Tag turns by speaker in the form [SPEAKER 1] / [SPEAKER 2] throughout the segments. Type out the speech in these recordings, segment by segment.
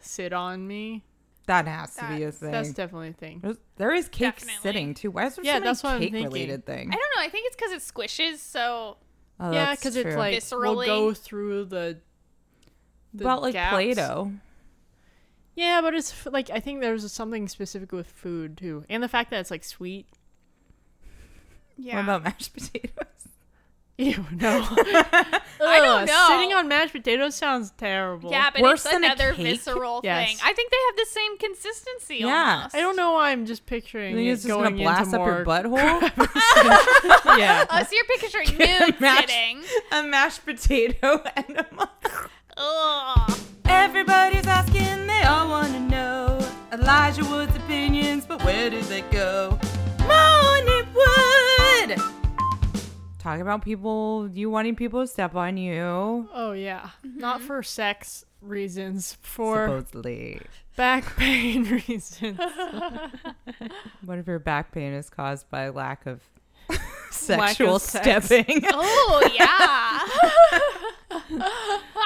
[SPEAKER 1] sit on me.
[SPEAKER 2] That has to be a
[SPEAKER 3] That's-
[SPEAKER 2] thing.
[SPEAKER 1] That's definitely a thing.
[SPEAKER 2] There's- there is cake
[SPEAKER 3] Definitely.
[SPEAKER 2] sitting too. Why is there
[SPEAKER 1] Yeah,
[SPEAKER 2] so many
[SPEAKER 1] that's what I'm
[SPEAKER 2] cake
[SPEAKER 1] thinking.
[SPEAKER 2] related thing?
[SPEAKER 3] I don't know. I think it's because it squishes. So
[SPEAKER 2] Oh,
[SPEAKER 1] yeah,
[SPEAKER 2] that's
[SPEAKER 1] because it's
[SPEAKER 2] true.
[SPEAKER 1] like we'll
[SPEAKER 3] Viscerally.
[SPEAKER 1] go through the. the
[SPEAKER 2] about like
[SPEAKER 1] gaps.
[SPEAKER 2] Play-Doh.
[SPEAKER 1] Yeah, but it's f- like I think there's something specific with food too, and the fact that it's like sweet.
[SPEAKER 3] yeah.
[SPEAKER 2] What about mashed potatoes?
[SPEAKER 1] Ew, no.
[SPEAKER 3] I don't
[SPEAKER 1] Ugh,
[SPEAKER 3] know.
[SPEAKER 1] Sitting on mashed potatoes sounds terrible.
[SPEAKER 3] yeah, but
[SPEAKER 2] Worse
[SPEAKER 3] it's
[SPEAKER 2] than a
[SPEAKER 3] another
[SPEAKER 2] cake?
[SPEAKER 3] visceral
[SPEAKER 1] Yes.
[SPEAKER 3] thing. I think they have the same consistency.
[SPEAKER 2] Yeah.
[SPEAKER 3] almost.
[SPEAKER 1] I don't know why I'm just picturing
[SPEAKER 2] You think
[SPEAKER 1] it
[SPEAKER 2] it's just
[SPEAKER 1] going
[SPEAKER 2] gonna blast
[SPEAKER 1] into
[SPEAKER 2] up your
[SPEAKER 1] more.
[SPEAKER 2] butthole?
[SPEAKER 1] yeah,
[SPEAKER 3] Oh, so you're picturing nude
[SPEAKER 2] Mashed-
[SPEAKER 3] sitting.
[SPEAKER 2] a mashed potato enema.
[SPEAKER 3] Ugh.
[SPEAKER 2] Everybody's asking, they all want to know Elijah Wood's opinions, but where did they go? Morning Wood! Talking about people, you wanting people to step on you.
[SPEAKER 1] Oh yeah,
[SPEAKER 3] Mm-hmm.
[SPEAKER 1] not for sex reasons, for
[SPEAKER 2] Supposedly.
[SPEAKER 1] back pain reasons.
[SPEAKER 2] What if your back pain is caused by lack of
[SPEAKER 1] of
[SPEAKER 2] sexual
[SPEAKER 1] sex.
[SPEAKER 2] stepping?
[SPEAKER 3] Oh yeah.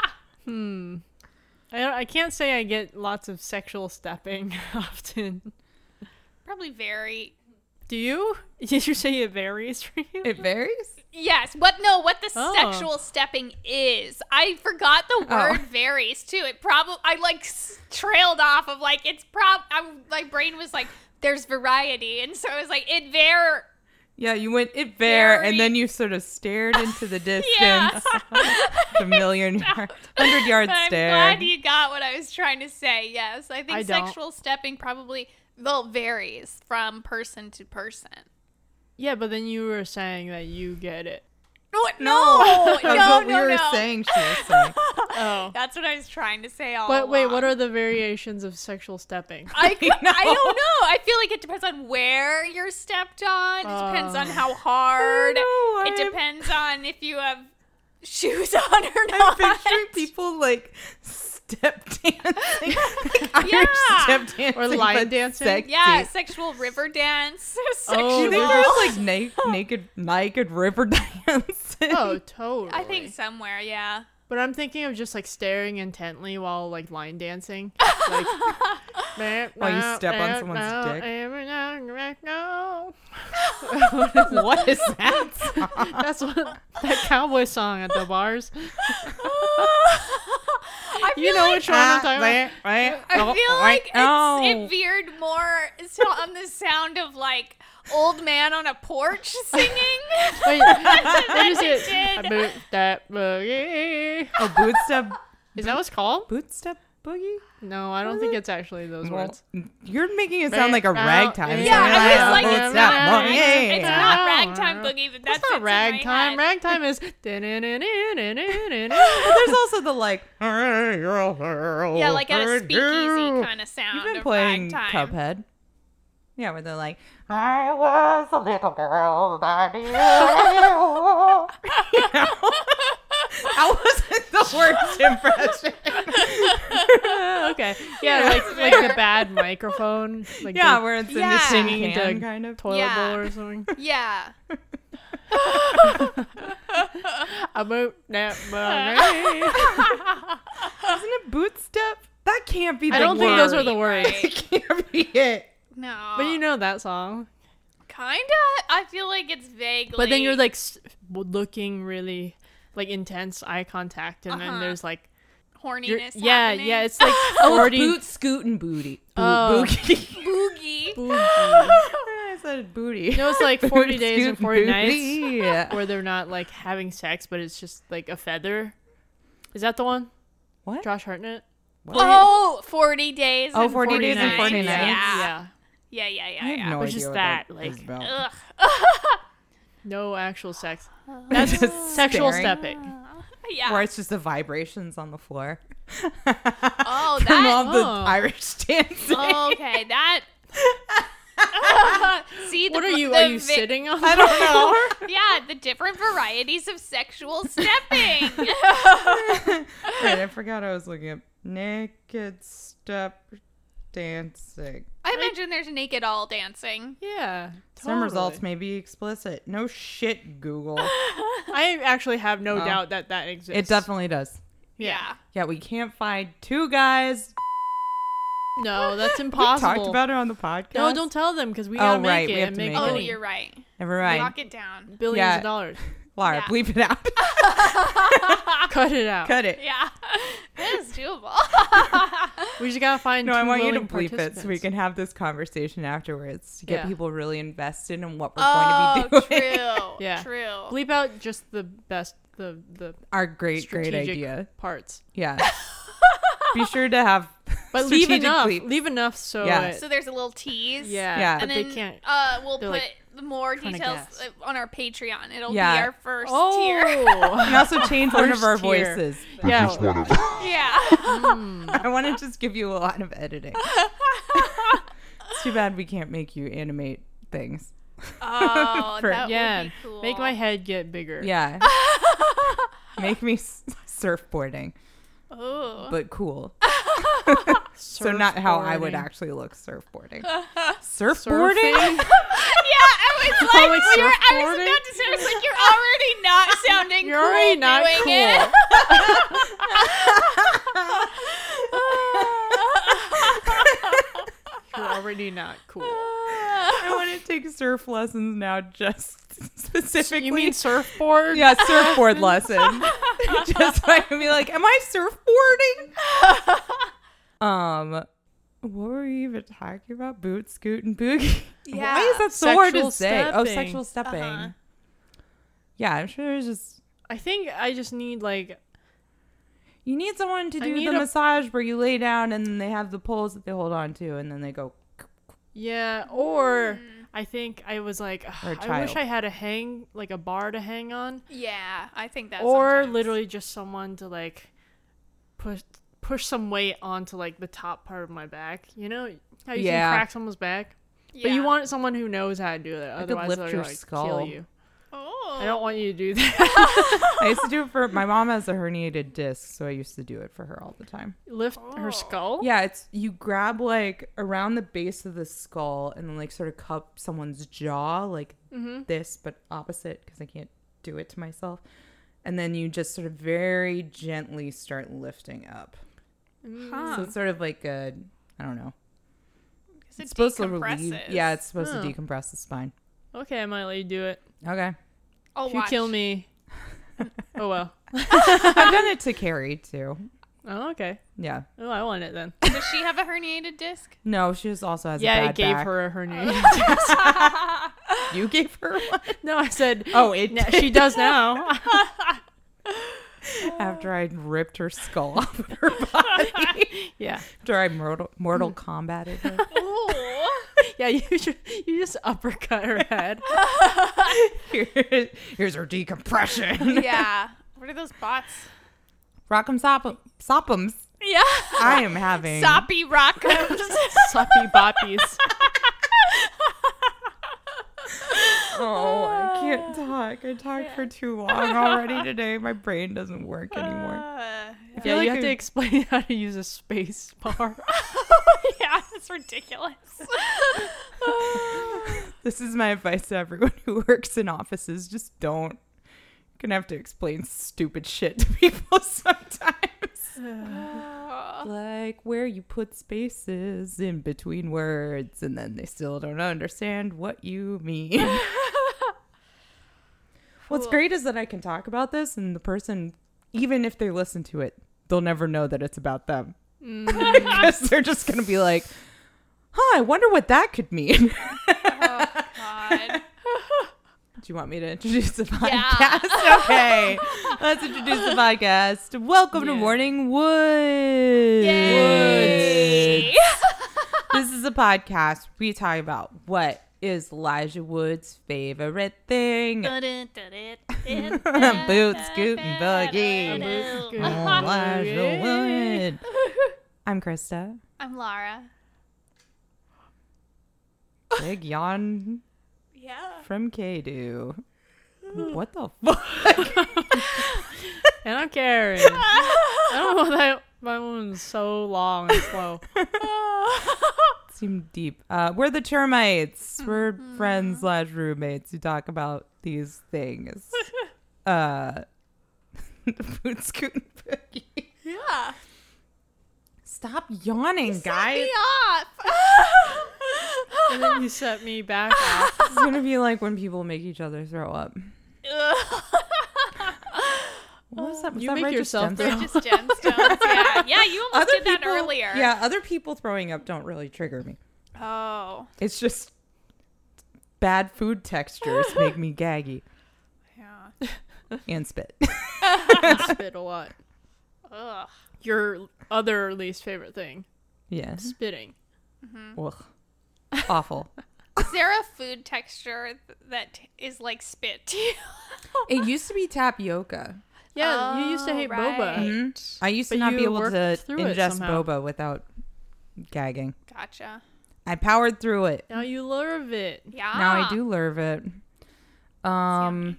[SPEAKER 1] I don't, I can't say I get lots of sexual stepping often.
[SPEAKER 3] Probably very.
[SPEAKER 1] Do you? Did you say it varies for you?
[SPEAKER 2] It varies?
[SPEAKER 3] Yes. What? No. What the
[SPEAKER 1] Oh.
[SPEAKER 3] sexual stepping is? I forgot the
[SPEAKER 2] Oh.
[SPEAKER 3] word varies too. It probably. I like s- trailed off of like it's prob. I, my brain was like, there's variety, and so it was like it var.
[SPEAKER 2] Yeah, you went it there,
[SPEAKER 3] Very-
[SPEAKER 2] and then you sort of stared into the distance.
[SPEAKER 3] Yeah.
[SPEAKER 2] the million yard, hundred yard
[SPEAKER 3] I'm
[SPEAKER 2] stare.
[SPEAKER 3] glad you got what I was trying to say. Yes, I think
[SPEAKER 1] I don't.
[SPEAKER 3] sexual stepping probably well varies from person to person.
[SPEAKER 1] yeah, but then you were saying that you get it.
[SPEAKER 3] What?
[SPEAKER 2] no,
[SPEAKER 3] No,
[SPEAKER 2] that's
[SPEAKER 3] no,
[SPEAKER 2] what
[SPEAKER 3] no,
[SPEAKER 2] we were
[SPEAKER 3] no.
[SPEAKER 2] saying. She was saying.
[SPEAKER 1] Oh.
[SPEAKER 3] That's what I was trying to say all.
[SPEAKER 1] But wait, what
[SPEAKER 3] along.
[SPEAKER 1] are the variations of sexual stepping?
[SPEAKER 3] I, c- I don't know.
[SPEAKER 2] know.
[SPEAKER 3] I feel like it depends on where you're stepped on. It depends on how hard.
[SPEAKER 2] Uh, I don't know,
[SPEAKER 3] It
[SPEAKER 2] I'm-
[SPEAKER 3] depends on if you have shoes on or
[SPEAKER 2] I'm
[SPEAKER 3] not.
[SPEAKER 2] picturing people like step dancing, like Irish
[SPEAKER 3] Yeah.
[SPEAKER 2] step dancing,
[SPEAKER 1] Or line
[SPEAKER 2] but
[SPEAKER 1] dancing.
[SPEAKER 2] sexy.
[SPEAKER 3] Yeah, sexual river dance. sexual.
[SPEAKER 2] Do you think
[SPEAKER 1] Oh,
[SPEAKER 2] there's
[SPEAKER 1] wow.
[SPEAKER 2] like naked, naked, naked river dancing?
[SPEAKER 1] oh, totally.
[SPEAKER 3] I think somewhere, yeah.
[SPEAKER 1] But I'm thinking of just like staring intently while like line dancing. Like,
[SPEAKER 2] While Oh, you step on someone's dick.
[SPEAKER 1] dick.
[SPEAKER 2] what is that? song?
[SPEAKER 1] That's what that cowboy song at the bars.
[SPEAKER 3] I feel
[SPEAKER 1] You know
[SPEAKER 3] like,
[SPEAKER 1] which one
[SPEAKER 2] Ah,
[SPEAKER 1] I'm talking about.
[SPEAKER 3] I
[SPEAKER 2] Oh,
[SPEAKER 3] feel like it's, it veered more so on the sound of like old man on a porch singing.
[SPEAKER 1] Wait, what is
[SPEAKER 3] it
[SPEAKER 1] it?
[SPEAKER 3] did.
[SPEAKER 1] A boot that boogie.
[SPEAKER 2] Oh, boot step,
[SPEAKER 1] Is that what it's called?
[SPEAKER 2] boot step boogie.
[SPEAKER 1] No, I don't think it's actually those
[SPEAKER 2] Well,
[SPEAKER 1] words.
[SPEAKER 2] You're making it sound like a
[SPEAKER 1] Well,
[SPEAKER 2] ragtime.
[SPEAKER 1] yeah,
[SPEAKER 2] song.
[SPEAKER 1] I was like,
[SPEAKER 2] Oh,
[SPEAKER 1] it's
[SPEAKER 2] it's
[SPEAKER 1] not
[SPEAKER 2] not
[SPEAKER 1] ragtime.
[SPEAKER 2] wrong.
[SPEAKER 3] It's
[SPEAKER 2] Yeah.
[SPEAKER 3] not ragtime boogie, but that's
[SPEAKER 1] That's not ragtime. Ragtime is.
[SPEAKER 2] But there's also the like.
[SPEAKER 3] Yeah,
[SPEAKER 2] Yeah,
[SPEAKER 3] like at a speakeasy kind of sound.
[SPEAKER 2] Oh, You've been
[SPEAKER 3] of
[SPEAKER 2] playing
[SPEAKER 3] ragtime.
[SPEAKER 2] Cuphead. Yeah, where they're like,
[SPEAKER 4] I was a little girl, that you.
[SPEAKER 2] that wasn't the worst impression.
[SPEAKER 1] okay. Yeah, like like the bad microphone. Like
[SPEAKER 2] yeah,
[SPEAKER 1] the
[SPEAKER 2] where it's
[SPEAKER 3] Yeah.
[SPEAKER 2] in the
[SPEAKER 1] singing
[SPEAKER 2] singing
[SPEAKER 1] into
[SPEAKER 2] can, kind of.
[SPEAKER 1] toilet
[SPEAKER 3] Yeah.
[SPEAKER 1] bowl or something.
[SPEAKER 3] Yeah.
[SPEAKER 1] About that boogie.
[SPEAKER 2] Isn't it boot step? That can't be the
[SPEAKER 1] I don't think those are the
[SPEAKER 3] Right.
[SPEAKER 1] words.
[SPEAKER 2] That can't be it.
[SPEAKER 3] No.
[SPEAKER 1] But you know that song.
[SPEAKER 3] kind of. I feel like it's vaguely.
[SPEAKER 1] But then you're like s- looking really like intense eye contact, and then there's like you're-
[SPEAKER 3] horniness.
[SPEAKER 1] yeah,
[SPEAKER 3] happening.
[SPEAKER 1] yeah. It's like
[SPEAKER 2] Oh, it's
[SPEAKER 1] already
[SPEAKER 2] boot scooting booty. Boot,
[SPEAKER 1] Oh.
[SPEAKER 2] boogie.
[SPEAKER 3] boogie.
[SPEAKER 2] I said booty.
[SPEAKER 1] No, it's like 40 days and 40 nights.
[SPEAKER 2] nights.
[SPEAKER 1] where they're not like having sex, but it's just like a feather. Is that the one?
[SPEAKER 2] What?
[SPEAKER 1] Josh Hartnett?
[SPEAKER 3] Oh, 40 days.
[SPEAKER 2] Oh,
[SPEAKER 3] and
[SPEAKER 2] 40
[SPEAKER 3] 40
[SPEAKER 2] days and 40
[SPEAKER 3] nights.
[SPEAKER 2] nights.
[SPEAKER 3] Yeah.
[SPEAKER 1] yeah.
[SPEAKER 3] Yeah, yeah, yeah,
[SPEAKER 2] I
[SPEAKER 3] yeah.
[SPEAKER 2] have no
[SPEAKER 1] Which
[SPEAKER 2] idea
[SPEAKER 1] is
[SPEAKER 2] what
[SPEAKER 1] that,
[SPEAKER 2] is
[SPEAKER 1] like-
[SPEAKER 2] about.
[SPEAKER 3] Ugh.
[SPEAKER 1] No actual sex. That's sexual
[SPEAKER 2] staring.
[SPEAKER 1] stepping.
[SPEAKER 3] Yeah.
[SPEAKER 2] Or it's just the vibrations on the floor.
[SPEAKER 3] Oh,
[SPEAKER 2] From all
[SPEAKER 3] that.
[SPEAKER 2] the
[SPEAKER 1] oh.
[SPEAKER 2] Irish dancing.
[SPEAKER 3] okay, that. See, the,
[SPEAKER 1] What are you?
[SPEAKER 3] the
[SPEAKER 1] Are you
[SPEAKER 3] vi-
[SPEAKER 1] sitting on
[SPEAKER 2] I don't
[SPEAKER 3] Yeah, the different varieties of sexual stepping.
[SPEAKER 2] know. Wait, I forgot I was looking up naked step dancing.
[SPEAKER 3] I imagine there's naked all dancing.
[SPEAKER 1] Yeah.
[SPEAKER 2] Some results
[SPEAKER 1] totally.
[SPEAKER 2] may be explicit. No shit, Google.
[SPEAKER 1] I actually have no
[SPEAKER 2] Oh.
[SPEAKER 1] doubt that that exists.
[SPEAKER 2] it definitely does.
[SPEAKER 3] Yeah.
[SPEAKER 2] Yeah, we can't find two guys
[SPEAKER 1] No, that's
[SPEAKER 2] We
[SPEAKER 1] impossible.
[SPEAKER 2] talked about it on the podcast.
[SPEAKER 1] no, don't tell them because we gotta make
[SPEAKER 2] Oh, right,
[SPEAKER 1] it
[SPEAKER 2] we have
[SPEAKER 1] and
[SPEAKER 2] to
[SPEAKER 1] make,
[SPEAKER 2] make it.
[SPEAKER 3] Oh,
[SPEAKER 1] money.
[SPEAKER 3] you're right.
[SPEAKER 2] Never mind.
[SPEAKER 3] Lock it down.
[SPEAKER 1] Billions
[SPEAKER 2] Yeah.
[SPEAKER 1] of dollars.
[SPEAKER 2] Laura,
[SPEAKER 3] Yeah.
[SPEAKER 2] bleep it out.
[SPEAKER 1] Cut it out.
[SPEAKER 2] Cut it.
[SPEAKER 3] Yeah, it is doable.
[SPEAKER 1] We just gotta find.
[SPEAKER 2] No,
[SPEAKER 1] two
[SPEAKER 2] I want you to
[SPEAKER 1] willing
[SPEAKER 2] bleep it so we
[SPEAKER 1] participants.
[SPEAKER 2] can have this conversation afterwards to get
[SPEAKER 1] Yeah.
[SPEAKER 2] people really invested in what we're
[SPEAKER 3] oh,
[SPEAKER 2] going to be doing.
[SPEAKER 3] true.
[SPEAKER 1] Yeah.
[SPEAKER 3] true.
[SPEAKER 1] bleep out just the best, the the
[SPEAKER 2] Our great,
[SPEAKER 1] strategic
[SPEAKER 2] great idea.
[SPEAKER 1] parts,
[SPEAKER 2] Yeah. be sure to have.
[SPEAKER 1] but leave
[SPEAKER 2] strategic
[SPEAKER 1] enough.
[SPEAKER 2] bleeps.
[SPEAKER 1] Leave enough so
[SPEAKER 2] Yeah.
[SPEAKER 1] it-
[SPEAKER 3] So there's a little tease.
[SPEAKER 1] yeah,
[SPEAKER 2] Yeah.
[SPEAKER 1] but
[SPEAKER 3] and
[SPEAKER 1] they
[SPEAKER 3] then
[SPEAKER 1] can't.
[SPEAKER 3] uh, we'll put
[SPEAKER 1] they're, like,
[SPEAKER 3] more
[SPEAKER 1] trying to
[SPEAKER 3] details
[SPEAKER 1] guess.
[SPEAKER 3] uh, on our Patreon. It'll
[SPEAKER 2] Yeah.
[SPEAKER 3] be our first tier.
[SPEAKER 1] Oh,
[SPEAKER 2] and also change one of
[SPEAKER 1] First
[SPEAKER 2] our
[SPEAKER 1] tier.
[SPEAKER 2] voices.
[SPEAKER 1] yeah.
[SPEAKER 5] Just one of-
[SPEAKER 3] yeah.
[SPEAKER 2] I want to just give you a lot of editing. it's too bad we can't make you animate things.
[SPEAKER 3] Oh,
[SPEAKER 2] For-
[SPEAKER 3] that would
[SPEAKER 1] Yeah,
[SPEAKER 3] be cool.
[SPEAKER 1] make my head get bigger.
[SPEAKER 2] Yeah. Make me s- surfboarding,
[SPEAKER 3] Ooh.
[SPEAKER 2] but cool. So not how I would
[SPEAKER 1] Surfboarding.
[SPEAKER 2] actually look surfboarding.
[SPEAKER 1] Surfing?
[SPEAKER 2] Surfboarding?
[SPEAKER 3] Yeah,
[SPEAKER 1] Oh,
[SPEAKER 3] I was
[SPEAKER 1] like
[SPEAKER 3] like, we were, I was
[SPEAKER 1] surfboarding?
[SPEAKER 3] about to say, I was like, you're already not sounding
[SPEAKER 1] You're
[SPEAKER 3] cool
[SPEAKER 1] already not
[SPEAKER 3] doing
[SPEAKER 1] cool.
[SPEAKER 3] it.
[SPEAKER 1] You're already not cool.
[SPEAKER 2] I want to take surf lessons now, just specifically.
[SPEAKER 1] You mean surfboard?
[SPEAKER 2] yeah, surfboard lesson. just so I can be like, am I surfboarding? um, what were we even talking about? Boot, scoot, and boogie.
[SPEAKER 3] Yeah.
[SPEAKER 2] Why is that so hard
[SPEAKER 1] Sexual
[SPEAKER 2] to say? Oh,
[SPEAKER 1] stepping.
[SPEAKER 2] sexual stepping.
[SPEAKER 3] Uh-huh.
[SPEAKER 2] Yeah, I'm sure there's just
[SPEAKER 1] I think I just need like
[SPEAKER 2] you need someone to
[SPEAKER 1] I
[SPEAKER 2] do
[SPEAKER 1] need
[SPEAKER 2] the
[SPEAKER 1] a-
[SPEAKER 2] massage where you lay down and then they have the poles that they hold on to and then they go.
[SPEAKER 1] yeah, or
[SPEAKER 3] Mm.
[SPEAKER 1] I think I was like "Ugh,
[SPEAKER 2] Or a
[SPEAKER 1] I wish
[SPEAKER 2] child.
[SPEAKER 1] I had a hang like a bar to hang on,
[SPEAKER 3] Yeah, I think that's
[SPEAKER 1] or literally just someone to like push push some weight onto like the top part of my back. You know how you
[SPEAKER 2] Yeah.
[SPEAKER 1] can crack someone's back, but you want someone who knows how to do that.
[SPEAKER 2] could
[SPEAKER 1] Otherwise,
[SPEAKER 2] lift
[SPEAKER 1] they'll
[SPEAKER 2] your
[SPEAKER 1] like
[SPEAKER 2] skull.
[SPEAKER 1] kill you.
[SPEAKER 3] Oh.
[SPEAKER 1] I don't want you to do that.
[SPEAKER 2] I used to do it for my mom has a herniated disc, so I used to do it for her all the time.
[SPEAKER 1] lift her skull.
[SPEAKER 2] Oh. Yeah, it's you grab like around the base of the skull and then like sort of cup someone's jaw like this, but opposite because I can't do it to myself. And then you just sort of very gently start lifting up. So it's sort of like a I don't know.
[SPEAKER 3] It's,
[SPEAKER 2] It's supposed to relieve. Yeah, it's supposed
[SPEAKER 1] Huh.
[SPEAKER 2] to decompress the spine.
[SPEAKER 1] Okay, I might let you do it.
[SPEAKER 2] Okay,
[SPEAKER 3] I'll
[SPEAKER 1] If you
[SPEAKER 3] watch.
[SPEAKER 1] kill me, oh well.
[SPEAKER 2] I've done it to Carrie too.
[SPEAKER 1] Oh okay.
[SPEAKER 2] Yeah.
[SPEAKER 1] Oh, I want it then.
[SPEAKER 3] Does she have a herniated disc?
[SPEAKER 2] No, she just also has. a
[SPEAKER 1] yeah,
[SPEAKER 2] bad
[SPEAKER 1] I gave
[SPEAKER 2] back.
[SPEAKER 1] her a hernia.
[SPEAKER 2] You gave her one
[SPEAKER 1] no, I said.
[SPEAKER 2] Oh, it
[SPEAKER 1] "No, she does now.
[SPEAKER 2] after I ripped her skull off of her body.
[SPEAKER 1] yeah,
[SPEAKER 2] After I mortal, mortal combated her.
[SPEAKER 3] Ooh.
[SPEAKER 1] yeah. You should. You just uppercut her head.
[SPEAKER 2] Here's, here's her decompression.
[SPEAKER 3] yeah. What are those bots?
[SPEAKER 2] Rock'em sopp'em. Sopp'ems.
[SPEAKER 3] Yeah.
[SPEAKER 2] I am having.
[SPEAKER 3] Soppy rockums.
[SPEAKER 1] Soppy boppies.
[SPEAKER 2] Oh, I can't talk. I talked for too long already today. My brain doesn't work
[SPEAKER 1] Ah.
[SPEAKER 2] anymore.
[SPEAKER 3] Uh,
[SPEAKER 2] I feel
[SPEAKER 1] Yeah,
[SPEAKER 2] like
[SPEAKER 1] you have to
[SPEAKER 2] I-
[SPEAKER 1] explain how to use a space bar.
[SPEAKER 3] yeah, it's ridiculous. Oh,
[SPEAKER 2] This is my advice to everyone who works in offices. Just don't. You're gonna have to explain stupid shit to people sometimes.
[SPEAKER 3] Oh.
[SPEAKER 2] Like where you put spaces in between words and then they still don't understand what you mean. What's great is that I can talk about this and the person, even if they listen to it, they'll never know that it's about them.
[SPEAKER 3] Mm.
[SPEAKER 2] Because they're just gonna be like, huh, I wonder what that could mean.
[SPEAKER 3] God.
[SPEAKER 2] Do you want me to introduce the podcast?
[SPEAKER 3] Yeah.
[SPEAKER 2] Okay. Let's introduce the podcast. Welcome to
[SPEAKER 1] Yeah.
[SPEAKER 2] Morning Woods.
[SPEAKER 3] Yay.
[SPEAKER 2] This is a podcast we talk about what is Elijah Wood's favorite thing. Boots, scoot, and buggy. Elijah Wood. I'm Krista.
[SPEAKER 3] I'm Lara.
[SPEAKER 2] Big yawn
[SPEAKER 3] Yeah.
[SPEAKER 2] from Kadu. What the fuck?
[SPEAKER 1] and I'm Karen. I don't know that my woman's so long and slow.
[SPEAKER 2] Seemed deep. Uh, we're the termites. We're friends slash roommates who talk about these things. uh, the food scoot and boogie.
[SPEAKER 3] Yeah.
[SPEAKER 2] Stop yawning, guys.
[SPEAKER 3] Me off.
[SPEAKER 1] And then you set me back off.
[SPEAKER 2] It's gonna be like when people make each other throw up. What was that? Was
[SPEAKER 1] You
[SPEAKER 2] that
[SPEAKER 1] make
[SPEAKER 2] Righteous
[SPEAKER 1] yourself
[SPEAKER 2] Gemstone?
[SPEAKER 1] throw
[SPEAKER 3] They're just gemstones. Yeah, yeah. You almost did that
[SPEAKER 2] people-
[SPEAKER 3] earlier.
[SPEAKER 2] Yeah, other people throwing up don't really trigger me.
[SPEAKER 3] Oh.
[SPEAKER 2] It's just bad food textures make me gaggy
[SPEAKER 3] Yeah.
[SPEAKER 2] and spit.
[SPEAKER 1] I spit a lot.
[SPEAKER 3] Ugh.
[SPEAKER 1] Your other least favorite thing,
[SPEAKER 2] yes.
[SPEAKER 1] spitting. Mm-hmm.
[SPEAKER 2] Ugh. Awful.
[SPEAKER 3] Is there a food texture th- that t- is like spit to you?
[SPEAKER 2] It used to be tapioca.
[SPEAKER 1] Yeah, you used to
[SPEAKER 3] Oh,
[SPEAKER 1] hate
[SPEAKER 3] right.
[SPEAKER 1] boba.
[SPEAKER 2] Hmm? I used to
[SPEAKER 1] But
[SPEAKER 2] not be
[SPEAKER 1] you
[SPEAKER 2] able
[SPEAKER 1] worked
[SPEAKER 2] to
[SPEAKER 1] through it
[SPEAKER 2] ingest
[SPEAKER 1] somehow.
[SPEAKER 2] boba without gagging.
[SPEAKER 3] Gotcha.
[SPEAKER 2] I powered through it.
[SPEAKER 1] Now you love it.
[SPEAKER 3] Yeah.
[SPEAKER 2] Now
[SPEAKER 1] Ah.
[SPEAKER 2] I do love it. Um,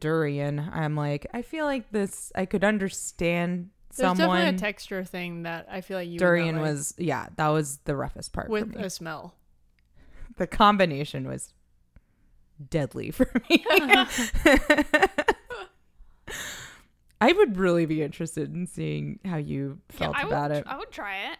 [SPEAKER 2] durian. I'm like, I feel like this. I could understand
[SPEAKER 1] There's
[SPEAKER 2] someone.
[SPEAKER 1] definitely a texture thing that I feel like you would not
[SPEAKER 2] durian
[SPEAKER 1] like
[SPEAKER 2] was, yeah, that was the roughest part for
[SPEAKER 1] with
[SPEAKER 2] me.
[SPEAKER 1] a smell.
[SPEAKER 2] the combination was deadly for me. I would really be interested in seeing how you
[SPEAKER 3] Yeah,
[SPEAKER 2] felt
[SPEAKER 3] I
[SPEAKER 2] about
[SPEAKER 3] would,
[SPEAKER 2] it.
[SPEAKER 3] I would try it.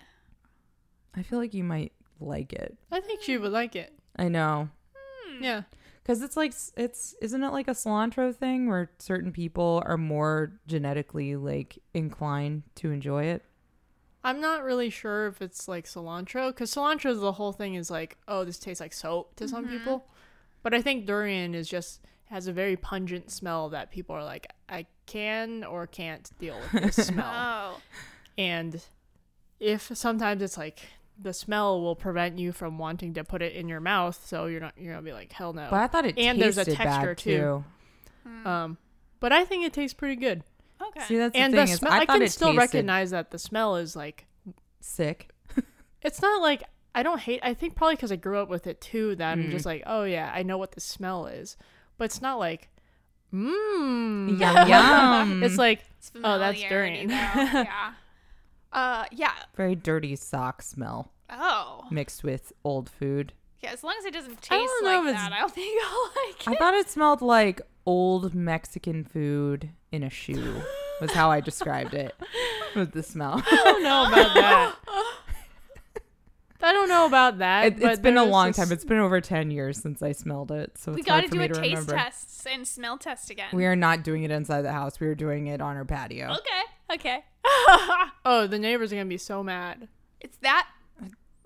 [SPEAKER 2] I feel like you might like it.
[SPEAKER 1] I think you would like it.
[SPEAKER 2] I know. Hmm.
[SPEAKER 1] Yeah.
[SPEAKER 2] Because it's like s- it's isn't it like a cilantro thing where certain people are more genetically like inclined to enjoy it.
[SPEAKER 1] I'm not really sure if it's like cilantro because cilantro the whole thing is like, oh, this tastes like soap to some
[SPEAKER 2] Mm-hmm.
[SPEAKER 1] people, but I think durian is just has a very pungent smell that people are like, I can or can't deal with this smell,
[SPEAKER 3] Oh.
[SPEAKER 1] and if sometimes it's like the smell will prevent you from wanting to put it in your mouth, so you're not you're gonna be like, hell no.
[SPEAKER 2] But I thought it
[SPEAKER 1] And
[SPEAKER 2] tasted
[SPEAKER 1] there's a texture,
[SPEAKER 2] bad
[SPEAKER 1] too.
[SPEAKER 2] too.
[SPEAKER 1] um, but I think it tastes pretty good,
[SPEAKER 3] Oh, Okay.
[SPEAKER 2] See, that's
[SPEAKER 1] and
[SPEAKER 2] the
[SPEAKER 1] the
[SPEAKER 2] thing is,
[SPEAKER 1] smell
[SPEAKER 2] I,
[SPEAKER 1] I,
[SPEAKER 2] thought
[SPEAKER 1] can
[SPEAKER 2] it
[SPEAKER 1] still
[SPEAKER 2] tasted
[SPEAKER 1] recognize that the smell is like
[SPEAKER 2] sick.
[SPEAKER 1] it's not like I don't hate. I think probably because I grew up with it too that I'm
[SPEAKER 2] Mm.
[SPEAKER 1] just like, oh yeah, I know what the smell is. But it's not like, mmm.
[SPEAKER 2] Yum yum.
[SPEAKER 1] It's like,
[SPEAKER 3] It's
[SPEAKER 1] oh, that's
[SPEAKER 3] familiarity,
[SPEAKER 1] durian.
[SPEAKER 3] though. yeah. Uh, yeah.
[SPEAKER 2] very dirty sock smell
[SPEAKER 3] Oh.
[SPEAKER 2] mixed with old food.
[SPEAKER 3] Yeah. As long as it doesn't taste
[SPEAKER 2] I don't know
[SPEAKER 3] like
[SPEAKER 2] if it's-
[SPEAKER 3] that, I don't think I'll like.
[SPEAKER 2] I
[SPEAKER 3] it.
[SPEAKER 2] thought it smelled like old Mexican food in a shoe. Was how I described it with the smell.
[SPEAKER 1] I don't know about that. I don't know about that.
[SPEAKER 2] It,
[SPEAKER 1] but
[SPEAKER 2] has been a
[SPEAKER 1] there was
[SPEAKER 2] long
[SPEAKER 1] this-
[SPEAKER 2] time. It's been over ten years since I smelled it, so
[SPEAKER 3] We
[SPEAKER 2] got to
[SPEAKER 3] do a
[SPEAKER 2] to
[SPEAKER 3] taste
[SPEAKER 2] remember.
[SPEAKER 3] test and smell test again.
[SPEAKER 2] We are not doing it inside the house. We are doing it on our patio.
[SPEAKER 3] okay. Okay.
[SPEAKER 1] Oh, the neighbors are gonna be so mad.
[SPEAKER 3] it's that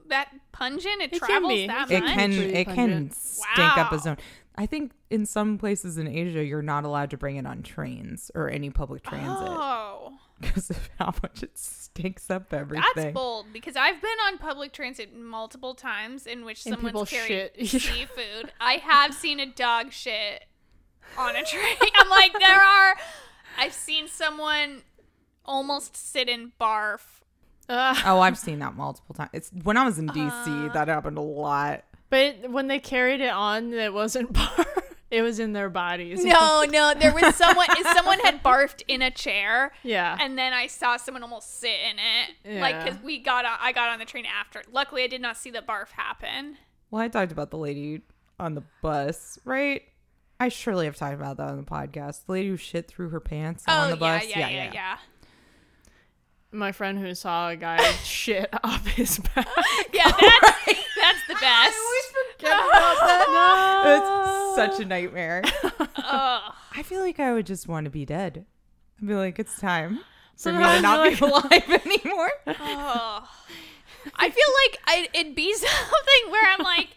[SPEAKER 3] that pungent. It,
[SPEAKER 1] It can
[SPEAKER 3] travels
[SPEAKER 1] be.
[SPEAKER 3] that
[SPEAKER 2] It
[SPEAKER 3] much.
[SPEAKER 2] can
[SPEAKER 1] Pretty
[SPEAKER 2] it can
[SPEAKER 1] pungent.
[SPEAKER 2] stink up a
[SPEAKER 3] Wow.
[SPEAKER 2] zone. I think in some places in Asia you're not allowed to bring it on trains or any public transit
[SPEAKER 3] Oh,
[SPEAKER 2] because of how much it stinks up everything.
[SPEAKER 3] that's bold because I've been on public transit multiple times in which
[SPEAKER 1] And people
[SPEAKER 3] someone's carried
[SPEAKER 1] shit.
[SPEAKER 3] seafood. I have seen a dog shit on a train. I'm like, there are. I've seen someone almost sit and barf.
[SPEAKER 1] Uh,
[SPEAKER 2] Oh, I've seen that multiple times. It's when I was in
[SPEAKER 3] Uh.
[SPEAKER 2] DC, that happened a lot.
[SPEAKER 1] but when they carried it on, it wasn't bar. It was in their bodies.
[SPEAKER 3] No, no, there was someone. someone had barfed in a chair.
[SPEAKER 1] Yeah.
[SPEAKER 3] and then I saw someone almost sit in it. Like 'cause Like,
[SPEAKER 1] Yeah.
[SPEAKER 3] cause we got on, I got on the train after. Luckily, I did not see the barf happen.
[SPEAKER 2] Well, I talked about the lady on the bus, right? I surely have talked about that on the podcast. The lady who shit through her pants
[SPEAKER 3] Oh,
[SPEAKER 2] on the bus.
[SPEAKER 3] yeah, yeah, yeah, yeah,
[SPEAKER 1] My friend who saw a guy shit off his back.
[SPEAKER 3] yeah. that's, that's the best.
[SPEAKER 2] It's such a nightmare.
[SPEAKER 3] Ugh.
[SPEAKER 2] Ah. I feel like I would just want to be dead. I'd be like, it's time for me to
[SPEAKER 1] Sometimes
[SPEAKER 2] not
[SPEAKER 1] you're
[SPEAKER 2] be alive anymore.
[SPEAKER 3] Ugh. I feel like I, it'd be something where I'm like,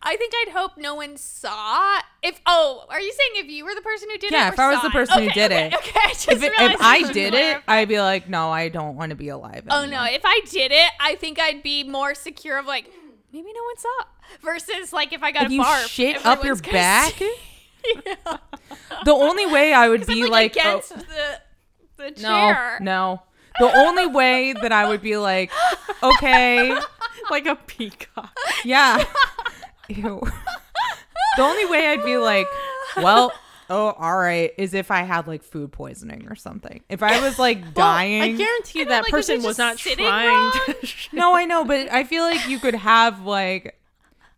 [SPEAKER 3] I think I'd hope no one saw. If oh, are you saying if you were the person who did it?
[SPEAKER 2] Yeah,
[SPEAKER 3] or
[SPEAKER 2] if I was
[SPEAKER 3] saw
[SPEAKER 2] the
[SPEAKER 3] it?
[SPEAKER 2] person who
[SPEAKER 3] Okay,
[SPEAKER 2] did
[SPEAKER 3] okay,
[SPEAKER 2] it.
[SPEAKER 3] okay. I just
[SPEAKER 2] If, it, if
[SPEAKER 3] realized I
[SPEAKER 2] I
[SPEAKER 3] should
[SPEAKER 2] did it,
[SPEAKER 3] clarify.
[SPEAKER 2] I'd be like, no, I don't want to be alive.
[SPEAKER 3] Oh no, if I did it, I think I'd be more secure of like "Hmm, maybe no one saw. Versus like if I got
[SPEAKER 2] If
[SPEAKER 3] a
[SPEAKER 2] you
[SPEAKER 3] barf,
[SPEAKER 2] shit up your
[SPEAKER 3] everyone's gonna
[SPEAKER 2] back,
[SPEAKER 3] see-
[SPEAKER 2] the only way I would be
[SPEAKER 3] I'm, like,
[SPEAKER 2] like, oh,
[SPEAKER 3] against the the
[SPEAKER 2] no,
[SPEAKER 3] chair.
[SPEAKER 2] no. The only way that I would be like, okay,
[SPEAKER 1] like a peacock.
[SPEAKER 2] yeah. Ew. The only way I'd be like, well, oh, all right, is if I had like food poisoning or something. If I was like dying.
[SPEAKER 1] I guarantee
[SPEAKER 3] And I'm
[SPEAKER 1] that
[SPEAKER 3] like, is it
[SPEAKER 1] person
[SPEAKER 3] just
[SPEAKER 1] was not
[SPEAKER 3] sitting
[SPEAKER 1] trying to.
[SPEAKER 2] No, I know, but I feel like you could have like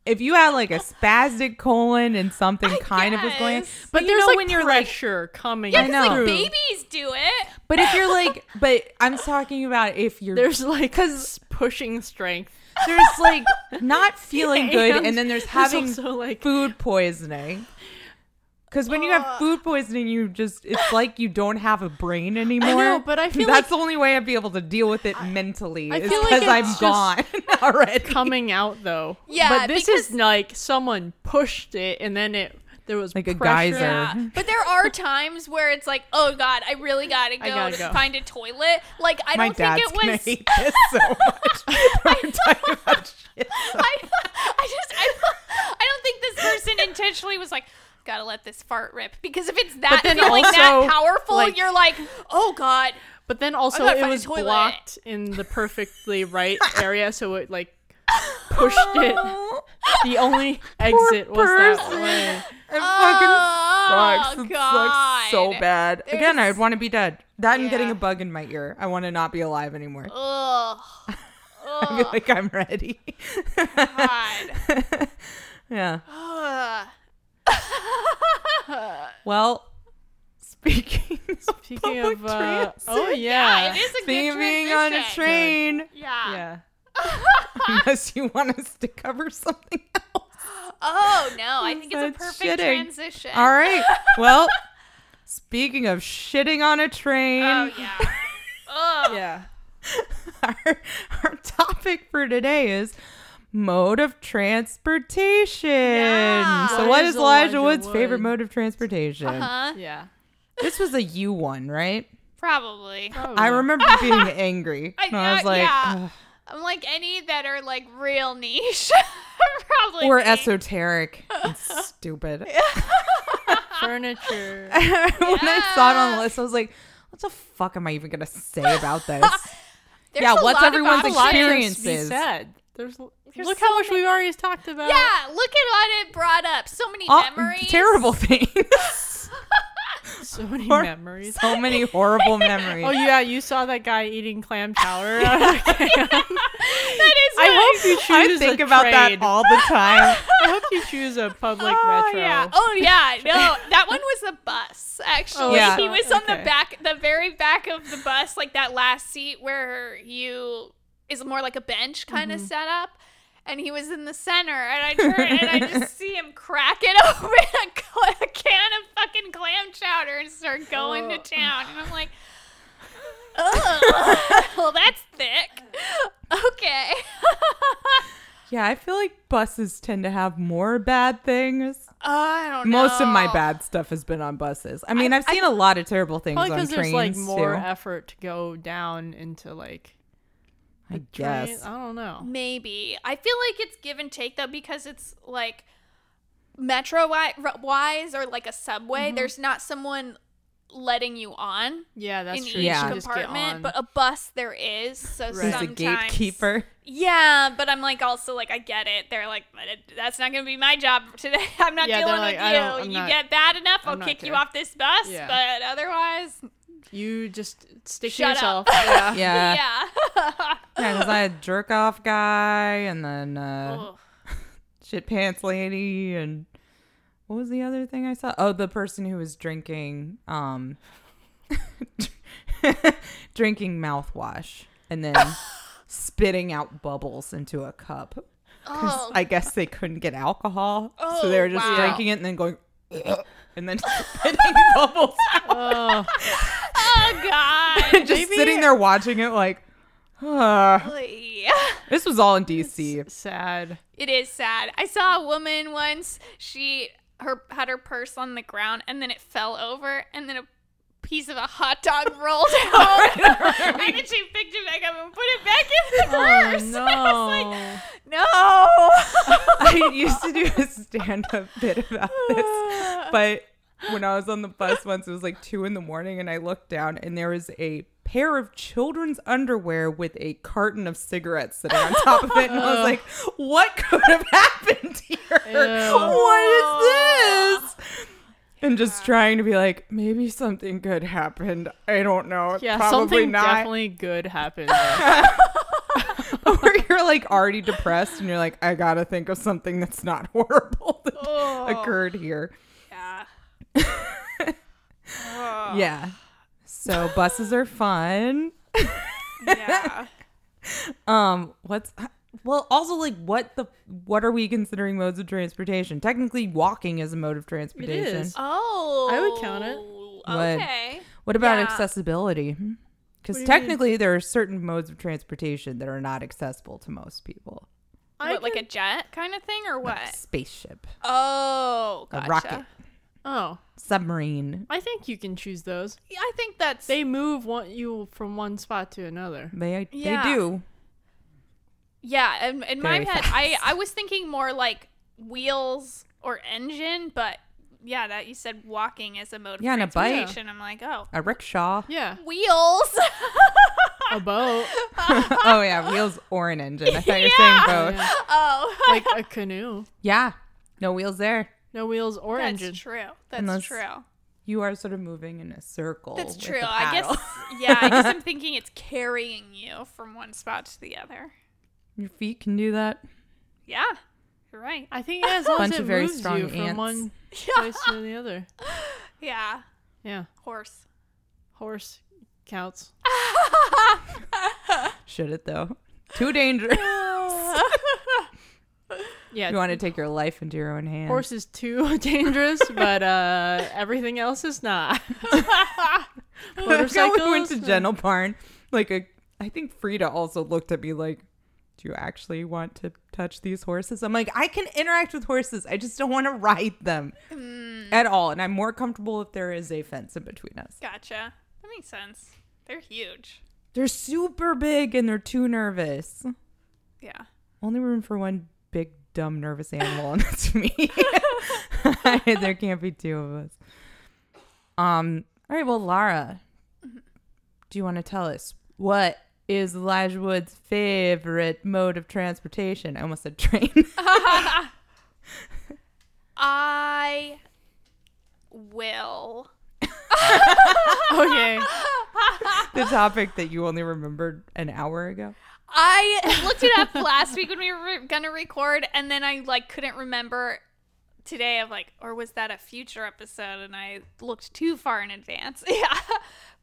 [SPEAKER 2] if you had like a spastic colon and something kind of was going, on-
[SPEAKER 3] guess.
[SPEAKER 1] But
[SPEAKER 2] but, you
[SPEAKER 1] there's
[SPEAKER 2] know
[SPEAKER 1] like
[SPEAKER 2] when you're like
[SPEAKER 1] pressure coming.
[SPEAKER 2] Yeah, I
[SPEAKER 3] 'Cause,
[SPEAKER 2] know.
[SPEAKER 3] like
[SPEAKER 1] through.
[SPEAKER 3] babies do it.
[SPEAKER 2] But if you're like, but I'm talking about if you're
[SPEAKER 1] There's like because pushing strength.
[SPEAKER 2] there's like not feeling good, and then there's having
[SPEAKER 1] also like Uh,
[SPEAKER 2] food poisoning. Because when you have food poisoning, you just it's like you don't have a brain anymore.
[SPEAKER 1] know, but I feel like-
[SPEAKER 2] that's the only way I'd be able to deal with it mentally.
[SPEAKER 1] I
[SPEAKER 2] is
[SPEAKER 1] feel like
[SPEAKER 2] because I'm
[SPEAKER 1] it's just
[SPEAKER 2] gone already.
[SPEAKER 1] coming out though.
[SPEAKER 3] Yeah,
[SPEAKER 1] but this is like someone pushed it and then it there was
[SPEAKER 2] Like a
[SPEAKER 1] pressure.
[SPEAKER 2] geyser.
[SPEAKER 3] Yeah, but there are times where it's like, oh god, I really gotta go,
[SPEAKER 1] I gotta go.
[SPEAKER 3] find a toilet. Like I
[SPEAKER 2] My
[SPEAKER 3] don't think
[SPEAKER 2] dad's
[SPEAKER 3] it
[SPEAKER 2] gonna
[SPEAKER 3] was.
[SPEAKER 2] hate this so much. We're talking about shit.
[SPEAKER 3] I, I just I, don't- I don't think this person intentionally was like. Gotta let this fart rip because if it's that
[SPEAKER 1] then
[SPEAKER 3] feeling
[SPEAKER 1] also,
[SPEAKER 3] that powerful,
[SPEAKER 1] like-
[SPEAKER 3] you're like, oh god,
[SPEAKER 1] But then also
[SPEAKER 3] I gotta
[SPEAKER 1] it
[SPEAKER 3] find a
[SPEAKER 1] was
[SPEAKER 3] toilet.
[SPEAKER 1] blocked in the perfectly right area, so it like pushed it. The only exit was that
[SPEAKER 2] person.
[SPEAKER 1] way.
[SPEAKER 2] It
[SPEAKER 3] Oh,
[SPEAKER 2] fucking sucks. It sucks so
[SPEAKER 3] God.
[SPEAKER 2] bad. Again,
[SPEAKER 3] There's-
[SPEAKER 2] I'd want to be dead. That and getting
[SPEAKER 3] Yeah.
[SPEAKER 2] a bug in my ear. I want to not be alive anymore.
[SPEAKER 3] ugh,
[SPEAKER 2] I feel like I'm ready.
[SPEAKER 3] god,
[SPEAKER 2] yeah.
[SPEAKER 3] ugh.
[SPEAKER 2] Well, speaking
[SPEAKER 1] Speaking of,
[SPEAKER 2] public
[SPEAKER 1] uh,
[SPEAKER 2] transit.
[SPEAKER 1] oh
[SPEAKER 3] yeah,
[SPEAKER 1] yeah,
[SPEAKER 3] it is a
[SPEAKER 2] speaking
[SPEAKER 3] good
[SPEAKER 2] of being on a
[SPEAKER 3] transition.
[SPEAKER 2] train.
[SPEAKER 3] Yeah.
[SPEAKER 2] Yeah. Unless you want us to cover something else.
[SPEAKER 3] Oh no, I think it's a
[SPEAKER 2] That's
[SPEAKER 3] perfect
[SPEAKER 2] shitting.
[SPEAKER 3] transition.
[SPEAKER 2] All right. Well, speaking of shitting on a train.
[SPEAKER 3] Oh yeah. Oh
[SPEAKER 1] yeah.
[SPEAKER 2] our, our topic for today is mode of transportation.
[SPEAKER 3] Yeah.
[SPEAKER 2] So,
[SPEAKER 1] What
[SPEAKER 2] what
[SPEAKER 1] is
[SPEAKER 2] is Elijah,
[SPEAKER 1] Elijah
[SPEAKER 2] Wood's
[SPEAKER 1] Wood?
[SPEAKER 2] favorite mode of transportation?
[SPEAKER 3] Huh?
[SPEAKER 1] Yeah.
[SPEAKER 2] This was a you one, right?
[SPEAKER 3] Probably.
[SPEAKER 2] I
[SPEAKER 1] Oh,
[SPEAKER 2] remember being angry.
[SPEAKER 3] I-
[SPEAKER 2] and I was
[SPEAKER 3] yeah,
[SPEAKER 2] like, "Mm,
[SPEAKER 3] yeah.
[SPEAKER 2] "Ugh."
[SPEAKER 3] I'm like any that are like real niche. Probably.
[SPEAKER 2] we're
[SPEAKER 3] me.
[SPEAKER 2] esoteric and stupid.
[SPEAKER 1] furniture.
[SPEAKER 2] when I saw it on the list, I was like, what the fuck am I even going to say about this?
[SPEAKER 3] There's
[SPEAKER 2] yeah,
[SPEAKER 3] a
[SPEAKER 2] what's
[SPEAKER 3] lot of
[SPEAKER 2] everyone's
[SPEAKER 3] options.
[SPEAKER 1] Lot of things to be
[SPEAKER 2] experiences.
[SPEAKER 1] said. There's, look
[SPEAKER 3] so
[SPEAKER 1] how much we've already talked about.
[SPEAKER 3] Yeah, look at what it brought up. So many
[SPEAKER 2] Aw-
[SPEAKER 3] memories.
[SPEAKER 2] terrible things.
[SPEAKER 1] So many
[SPEAKER 2] Or-
[SPEAKER 1] memories.
[SPEAKER 2] so many horrible memories.
[SPEAKER 1] Oh yeah, you saw that guy eating clam chowder. out of the can.
[SPEAKER 3] That
[SPEAKER 1] I
[SPEAKER 3] is. what-
[SPEAKER 1] hope you choose.
[SPEAKER 2] I think
[SPEAKER 1] a
[SPEAKER 2] about that
[SPEAKER 1] trade.
[SPEAKER 2] all the time.
[SPEAKER 1] I hope you choose a public metro.
[SPEAKER 3] Yeah. Oh yeah. No, that one was the bus. Actually,
[SPEAKER 2] Oh, yeah.
[SPEAKER 3] he was on
[SPEAKER 2] Okay.
[SPEAKER 3] the back, the very back of the bus, like that last seat where you is more like a bench kind
[SPEAKER 2] Mm-hmm.
[SPEAKER 3] of set up. And he was in the center, and I turn and I just see him crack it open a, cl- a can of fucking clam chowder and start going to town. And I'm like, oh, well, that's thick. Okay.
[SPEAKER 2] Yeah, I feel like buses tend to have more bad things.
[SPEAKER 3] I
[SPEAKER 1] Oh,
[SPEAKER 3] don't know.
[SPEAKER 2] Most of my bad stuff has been on buses. I mean, I, have seen a lot of terrible things
[SPEAKER 1] Probably
[SPEAKER 2] on
[SPEAKER 1] because there's
[SPEAKER 2] trains
[SPEAKER 1] like more
[SPEAKER 2] too.
[SPEAKER 1] effort to go down into like
[SPEAKER 2] I
[SPEAKER 1] train-
[SPEAKER 2] guess.
[SPEAKER 1] I don't know.
[SPEAKER 3] Maybe. I feel like it's give and take though because it's like metro wi- r- wise or like a subway,
[SPEAKER 1] Mm-hmm.
[SPEAKER 3] there's not someone letting you on
[SPEAKER 1] Yeah, that's
[SPEAKER 3] in
[SPEAKER 1] true.
[SPEAKER 3] each
[SPEAKER 1] You
[SPEAKER 2] Yeah.
[SPEAKER 1] should just get on.
[SPEAKER 3] compartment, but a bus there is. So
[SPEAKER 1] Right.
[SPEAKER 2] There's
[SPEAKER 3] sometimes
[SPEAKER 2] a gatekeeper.
[SPEAKER 3] Yeah, but I'm like also like I get it. They're like "But it- that's not going to be my job today. I'm not
[SPEAKER 1] Yeah, they're
[SPEAKER 3] dealing
[SPEAKER 1] like,
[SPEAKER 3] with
[SPEAKER 1] "I
[SPEAKER 3] you.
[SPEAKER 1] don't- I'm
[SPEAKER 3] you
[SPEAKER 1] not-
[SPEAKER 3] get bad enough, I'll
[SPEAKER 1] I'm not
[SPEAKER 3] kick you
[SPEAKER 1] there."
[SPEAKER 3] off this bus,
[SPEAKER 1] Yeah.
[SPEAKER 3] but otherwise,
[SPEAKER 1] you just stick
[SPEAKER 3] Shut
[SPEAKER 1] to yourself.
[SPEAKER 3] up.
[SPEAKER 1] Yeah.
[SPEAKER 2] Yeah. yeah.
[SPEAKER 3] yeah.
[SPEAKER 2] because I had jerk off guy and then uh,
[SPEAKER 3] Ugh.
[SPEAKER 2] shit pants lady and what was the other thing I saw? Oh, the person who was drinking um drinking mouthwash and then spitting out bubbles into a cup.
[SPEAKER 3] Oh,
[SPEAKER 2] I guess they couldn't get alcohol, so they
[SPEAKER 3] Oh,
[SPEAKER 2] were just
[SPEAKER 3] wow.
[SPEAKER 2] drinking it and then going, and then spitting bubbles out,
[SPEAKER 1] Oh,
[SPEAKER 3] oh god.
[SPEAKER 2] just sitting there watching it like, "Ugh."
[SPEAKER 3] Really?
[SPEAKER 2] this was all in D.C.
[SPEAKER 1] sad.
[SPEAKER 3] It is sad. I saw a woman once. She her had her purse on the ground, and then it fell over, and then a piece of a hot dog rolled out, and then she picked it back up and put it back in the
[SPEAKER 1] Oh
[SPEAKER 3] purse.
[SPEAKER 1] no.
[SPEAKER 3] I was like, no.
[SPEAKER 2] I used to do a stand-up bit about this, but when I was on the bus once, it was like two in the morning, and I looked down, and there was a pair of children's underwear with a carton of cigarettes sitting on top of it, and I was like, "What could have happened here? What is this?" And just trying to be like, maybe something good happened. I don't know.
[SPEAKER 1] yeah,
[SPEAKER 2] Probably
[SPEAKER 1] something
[SPEAKER 2] not.
[SPEAKER 1] definitely good happened. there.
[SPEAKER 2] where you're like already depressed and you're like, I gotta think of something that's not horrible that
[SPEAKER 3] Oh,
[SPEAKER 2] occurred here.
[SPEAKER 3] Yeah.
[SPEAKER 2] Yeah. So buses are fun.
[SPEAKER 3] yeah.
[SPEAKER 2] Um, what's well, also like what the what are we considering modes of transportation? Technically, walking is a mode of transportation.
[SPEAKER 1] is.
[SPEAKER 3] Oh.
[SPEAKER 1] I would count it.
[SPEAKER 2] Would.
[SPEAKER 3] Okay.
[SPEAKER 2] What about
[SPEAKER 3] Yeah.
[SPEAKER 2] accessibility? Because
[SPEAKER 1] you mean?
[SPEAKER 2] technically, there are certain modes of transportation that are not accessible to most people.
[SPEAKER 1] I
[SPEAKER 3] What, like
[SPEAKER 1] can-
[SPEAKER 3] a jet kind of thing or what?
[SPEAKER 2] Spaceship,
[SPEAKER 3] Oh,
[SPEAKER 2] a
[SPEAKER 3] gotcha.
[SPEAKER 2] rocket,
[SPEAKER 1] oh,
[SPEAKER 2] submarine.
[SPEAKER 1] I think you can choose those.
[SPEAKER 3] Yeah, I think that's
[SPEAKER 1] They move one, you from one spot to another.
[SPEAKER 2] They
[SPEAKER 3] Yeah.
[SPEAKER 2] they do.
[SPEAKER 3] yeah. In, in my
[SPEAKER 2] Very
[SPEAKER 3] head,
[SPEAKER 2] fast.
[SPEAKER 3] I I was thinking more like wheels or engine, but yeah, that you said walking as a mode
[SPEAKER 2] Yeah,
[SPEAKER 3] of
[SPEAKER 2] and a bike.
[SPEAKER 3] transportation. I'm like, oh,
[SPEAKER 2] A rickshaw.
[SPEAKER 1] Yeah,
[SPEAKER 3] wheels.
[SPEAKER 1] a boat,
[SPEAKER 2] oh yeah, wheels or an engine. I thought you were saying both.
[SPEAKER 1] Yeah.
[SPEAKER 3] oh,
[SPEAKER 1] like a canoe.
[SPEAKER 2] Yeah, no wheels there.
[SPEAKER 1] No wheels or
[SPEAKER 3] that's
[SPEAKER 1] engine.
[SPEAKER 3] true. That's
[SPEAKER 2] Unless-
[SPEAKER 3] true.
[SPEAKER 2] You are sort of moving in a circle.
[SPEAKER 3] That's
[SPEAKER 2] with
[SPEAKER 3] true.
[SPEAKER 2] the
[SPEAKER 3] I guess.
[SPEAKER 2] paddle.
[SPEAKER 3] Yeah, I guess I'm thinking it's carrying you from one spot to the other.
[SPEAKER 2] your feet can do that.
[SPEAKER 3] Yeah, you're right.
[SPEAKER 1] I think yeah, as long
[SPEAKER 2] Bunch
[SPEAKER 1] as
[SPEAKER 2] of
[SPEAKER 1] it
[SPEAKER 2] very
[SPEAKER 1] moves
[SPEAKER 2] strong
[SPEAKER 1] you
[SPEAKER 2] ants.
[SPEAKER 1] from one
[SPEAKER 3] Yeah.
[SPEAKER 1] place to the other.
[SPEAKER 3] yeah.
[SPEAKER 1] Yeah,
[SPEAKER 3] Horse.
[SPEAKER 1] horse counts.
[SPEAKER 2] Should it though? Too dangerous.
[SPEAKER 1] Yeah,
[SPEAKER 2] you want to take your life into your own hands.
[SPEAKER 1] horse is too dangerous, but uh, everything else is not.
[SPEAKER 2] Motorcycle. we went to
[SPEAKER 1] Motorcycles?
[SPEAKER 2] Gentle Barn. Like a, I think Frida also looked at me like, "Do you actually want to touch these horses?" I'm like, I can interact with horses. I just don't want to ride them at all, and I'm more comfortable if there is a fence in between us.
[SPEAKER 3] Gotcha. That makes sense. They're huge.
[SPEAKER 2] They're super big and they're too nervous.
[SPEAKER 3] Yeah.
[SPEAKER 2] Only room for one big dumb nervous animal, and that's me. there can't be two of us. Um. All right. Well, Lara, do you want to tell us what is Elijah Wood's favorite mode of transportation? I almost said train.
[SPEAKER 3] I will.
[SPEAKER 1] Okay,
[SPEAKER 2] the topic that you only remembered an hour ago.
[SPEAKER 3] I looked it up last week when we were gonna record, and then I like couldn't remember today. I'm like, or was that a future episode? And I looked too far in advance. Yeah,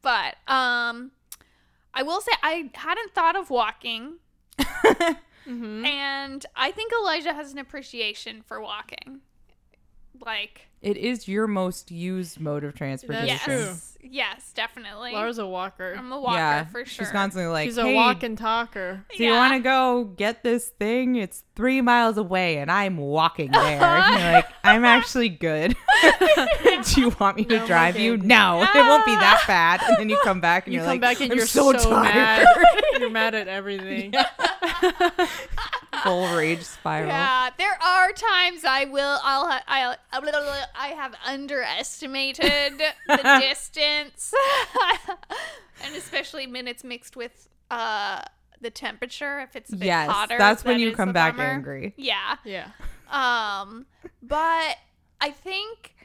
[SPEAKER 3] but um, I will say I hadn't thought of walking, and I think Elijah has an appreciation for walking. Like,
[SPEAKER 2] It is your most used mode of transportation.
[SPEAKER 1] That's true.
[SPEAKER 3] yes, yes, definitely.
[SPEAKER 1] Lara's a walker.
[SPEAKER 3] I'm a walker
[SPEAKER 2] yeah,
[SPEAKER 3] for sure.
[SPEAKER 2] She's constantly like,
[SPEAKER 1] She's a
[SPEAKER 2] "Hey,
[SPEAKER 1] walk and talker.
[SPEAKER 2] Do you
[SPEAKER 3] Yeah.
[SPEAKER 2] want to go get this thing? It's three miles away, and I'm walking there. And you're like, I'm actually good. Do you want me to
[SPEAKER 1] No, I'm
[SPEAKER 2] drive you?
[SPEAKER 1] good.
[SPEAKER 2] No, it won't be that bad. And then you come back, and
[SPEAKER 1] You
[SPEAKER 2] are
[SPEAKER 1] come
[SPEAKER 2] like,
[SPEAKER 1] back and
[SPEAKER 2] I'm
[SPEAKER 1] you're
[SPEAKER 2] so,
[SPEAKER 1] mad.
[SPEAKER 2] tired.
[SPEAKER 1] you're mad at everything.
[SPEAKER 2] Full rage spiral.
[SPEAKER 3] Yeah, there are times I will. I'll. ha- I'll. I have underestimated the distance, and especially when it's mixed with uh the temperature. If it's a bit
[SPEAKER 2] Yes,
[SPEAKER 3] hotter,
[SPEAKER 2] that's when
[SPEAKER 3] that
[SPEAKER 2] you
[SPEAKER 3] is
[SPEAKER 2] come
[SPEAKER 3] the
[SPEAKER 2] back
[SPEAKER 3] bummer.
[SPEAKER 2] angry.
[SPEAKER 3] Yeah.
[SPEAKER 1] Yeah.
[SPEAKER 3] Um, but I think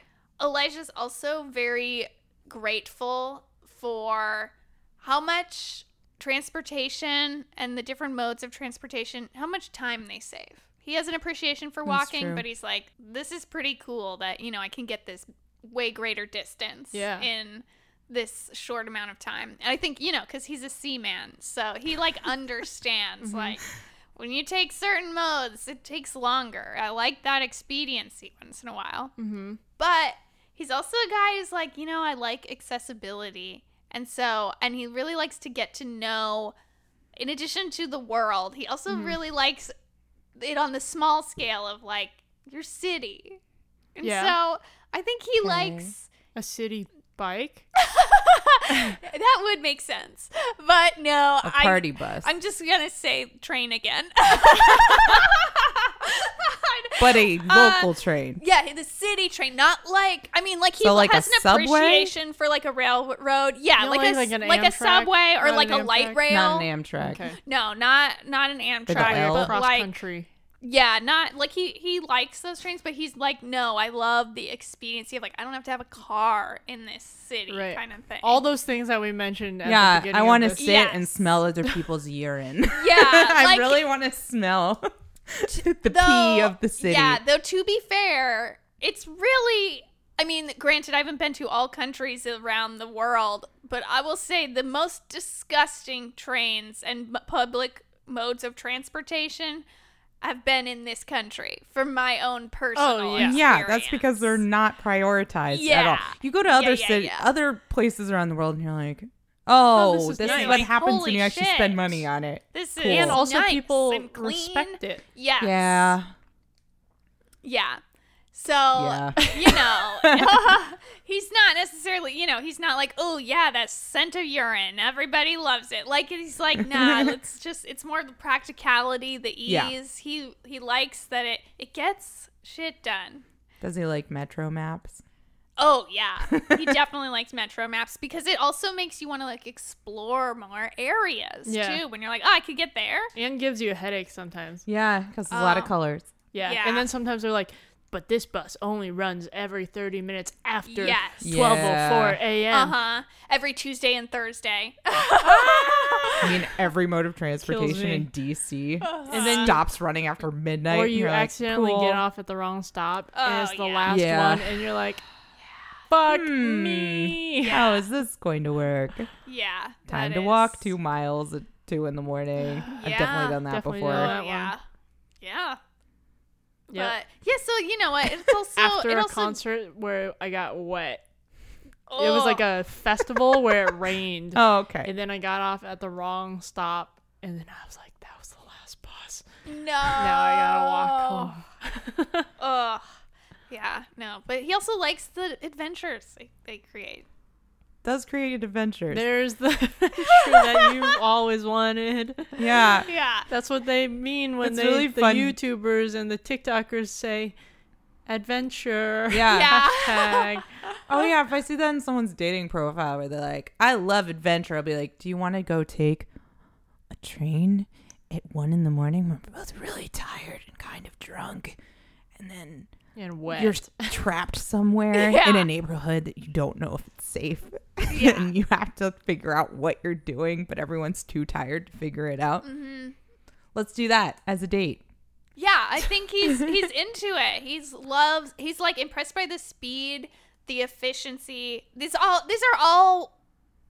[SPEAKER 3] Elijah's also very grateful for how much transportation and the different modes of transportation, how much time they save. He has an appreciation for
[SPEAKER 2] true.
[SPEAKER 3] walking, but he's like, this is pretty cool that, you know, I can get this way greater distance
[SPEAKER 1] Yeah.
[SPEAKER 3] in this short amount of time. And I think, you know, because he's a seaman, so he like understands, like, when you take certain modes, it takes longer. I like that expediency once in a while.
[SPEAKER 1] Mm-hmm.
[SPEAKER 3] But he's also a guy who's like, you know, I like accessibility. And so, and he really likes to get to know, in addition to the world, he also really likes it on the small scale of like your city. And
[SPEAKER 1] Yeah.
[SPEAKER 3] so I think he
[SPEAKER 2] Okay.
[SPEAKER 3] likes
[SPEAKER 1] A city bike.
[SPEAKER 3] that would make sense. But no,
[SPEAKER 2] A
[SPEAKER 3] I,
[SPEAKER 2] party bus.
[SPEAKER 3] I'm just going to say train again.
[SPEAKER 2] but a local
[SPEAKER 3] Uh,
[SPEAKER 2] train.
[SPEAKER 3] Yeah, the city train, not like I mean, like he
[SPEAKER 2] So, like,
[SPEAKER 3] has
[SPEAKER 2] a
[SPEAKER 3] an
[SPEAKER 2] subway?
[SPEAKER 3] appreciation for like a railroad. Yeah,
[SPEAKER 1] You
[SPEAKER 3] like,
[SPEAKER 1] like,
[SPEAKER 3] a
[SPEAKER 1] like an
[SPEAKER 3] like a
[SPEAKER 1] Amtrak?
[SPEAKER 3] subway or
[SPEAKER 1] Not
[SPEAKER 3] like
[SPEAKER 1] an
[SPEAKER 3] a light
[SPEAKER 1] Amtrak?
[SPEAKER 3] rail.
[SPEAKER 2] Not an Amtrak.
[SPEAKER 1] Okay.
[SPEAKER 3] No, not not an Amtrak,
[SPEAKER 2] L.
[SPEAKER 3] but
[SPEAKER 1] Cross
[SPEAKER 3] like
[SPEAKER 1] country.
[SPEAKER 3] yeah, not like he he likes those trains, but he's like, no, I love the expediency of like I don't have to have a car in this city,
[SPEAKER 1] Right.
[SPEAKER 3] kind of thing.
[SPEAKER 1] All those things that we mentioned. At the
[SPEAKER 2] yeah,
[SPEAKER 1] beginning
[SPEAKER 2] I
[SPEAKER 1] of
[SPEAKER 2] want to
[SPEAKER 1] this-
[SPEAKER 2] sit and
[SPEAKER 3] Yes.
[SPEAKER 2] smell other people's urine.
[SPEAKER 3] Yeah,
[SPEAKER 2] I
[SPEAKER 3] like-
[SPEAKER 2] really want to smell the
[SPEAKER 3] Though-
[SPEAKER 2] pee of the city.
[SPEAKER 3] Yeah, though to be fair, it's really. I mean, granted, I haven't been to all countries around the world, but I will say the most disgusting trains and m- public modes of transportation have been in this country from my own personal.
[SPEAKER 1] yeah.
[SPEAKER 3] experience.
[SPEAKER 2] Oh, Yeah, that's because they're not prioritized at all.
[SPEAKER 3] Yeah.
[SPEAKER 2] You go to other
[SPEAKER 3] yeah,
[SPEAKER 2] city,
[SPEAKER 3] yeah.
[SPEAKER 2] other places around the world, and you're like, oh, this is,
[SPEAKER 1] is nice.
[SPEAKER 2] what
[SPEAKER 3] Like,
[SPEAKER 2] happens when
[SPEAKER 3] holy
[SPEAKER 2] you actually spend
[SPEAKER 3] shit.
[SPEAKER 2] money on it.
[SPEAKER 3] This is
[SPEAKER 2] Cool.
[SPEAKER 1] and also
[SPEAKER 3] nice
[SPEAKER 1] people
[SPEAKER 3] and clean.
[SPEAKER 1] respect it.
[SPEAKER 3] Yes.
[SPEAKER 2] Yeah,
[SPEAKER 3] Yeah. So
[SPEAKER 2] Yeah.
[SPEAKER 3] you know, he's not necessarily you know he's not like oh yeah that scent of urine everybody loves it like he's like nah it's just it's more the practicality the ease
[SPEAKER 2] Yeah.
[SPEAKER 3] he he likes that it it gets shit done.
[SPEAKER 2] does he like Metro maps?
[SPEAKER 3] Oh yeah, he definitely likes metro maps because it also makes you want to like explore more areas
[SPEAKER 1] Yeah.
[SPEAKER 3] too when you're like oh I could get there.
[SPEAKER 1] And gives you a headache sometimes.
[SPEAKER 2] Yeah, because there's a lot of
[SPEAKER 3] Oh.
[SPEAKER 2] colors.
[SPEAKER 1] Yeah.
[SPEAKER 3] Yeah.
[SPEAKER 1] And then sometimes they're like, but this bus only runs every 30 minutes after
[SPEAKER 3] Yes.
[SPEAKER 1] 12.04 a.m.
[SPEAKER 3] Uh huh. Every Tuesday and Thursday.
[SPEAKER 2] I mean, every mode of transportation
[SPEAKER 1] me.
[SPEAKER 2] in DC
[SPEAKER 1] And then
[SPEAKER 2] stops running after midnight.
[SPEAKER 1] or
[SPEAKER 2] and
[SPEAKER 1] you
[SPEAKER 2] you're like,
[SPEAKER 1] accidentally
[SPEAKER 2] cool.
[SPEAKER 1] get off at the wrong stop and
[SPEAKER 3] Oh,
[SPEAKER 1] it's the
[SPEAKER 3] yeah.
[SPEAKER 1] last
[SPEAKER 2] Yeah.
[SPEAKER 1] one and you're like fuck
[SPEAKER 2] Hmm,
[SPEAKER 1] me
[SPEAKER 2] How is this going to work?
[SPEAKER 3] yeah.
[SPEAKER 2] Time
[SPEAKER 3] that
[SPEAKER 2] to walk
[SPEAKER 3] is-
[SPEAKER 2] two miles at two in the morning. I've
[SPEAKER 3] Yeah,
[SPEAKER 2] definitely done that
[SPEAKER 1] definitely
[SPEAKER 2] before.
[SPEAKER 1] done Oh, that. one.
[SPEAKER 3] yeah. Yeah.
[SPEAKER 1] Yep.
[SPEAKER 3] But yeah, so you know what? It's also
[SPEAKER 1] after
[SPEAKER 3] it
[SPEAKER 1] a
[SPEAKER 3] also,
[SPEAKER 1] concert where i got wet it
[SPEAKER 3] Oh.
[SPEAKER 1] was like a festival where it rained
[SPEAKER 2] Oh, okay.
[SPEAKER 1] and then i got off at the wrong stop and then i was like that was the last bus
[SPEAKER 3] Oh,
[SPEAKER 1] Oh.
[SPEAKER 3] no.
[SPEAKER 1] now i gotta walk home
[SPEAKER 3] Ugh. Yeah, no. But he also likes the adventures they, they create.
[SPEAKER 2] does create adventures.
[SPEAKER 1] there's the adventure that you've always wanted
[SPEAKER 2] yeah.
[SPEAKER 3] Yeah.
[SPEAKER 1] That's what they mean when
[SPEAKER 2] It's
[SPEAKER 1] they
[SPEAKER 2] really
[SPEAKER 1] the
[SPEAKER 2] fun.
[SPEAKER 1] YouTubers and the TikTokers say adventure.
[SPEAKER 2] Yeah.
[SPEAKER 3] Yeah.
[SPEAKER 1] Hashtag.
[SPEAKER 2] Oh yeah. If I see that in someone's dating profile where they're like, "I love adventure," I'll be like, "Do you want to go take a train at one in the morning? We're both really tired and kind of drunk, and then
[SPEAKER 1] and wet.
[SPEAKER 2] you're trapped somewhere
[SPEAKER 3] Yeah.
[SPEAKER 2] in a neighborhood that you don't know if it's safe, and you have to figure out what you're doing, but everyone's too tired to figure it out.
[SPEAKER 3] Mm-hmm.
[SPEAKER 2] Let's do that as a date.
[SPEAKER 3] Yeah, I think he's he's into it. He's loves he's like impressed by the speed, the efficiency. These all these are all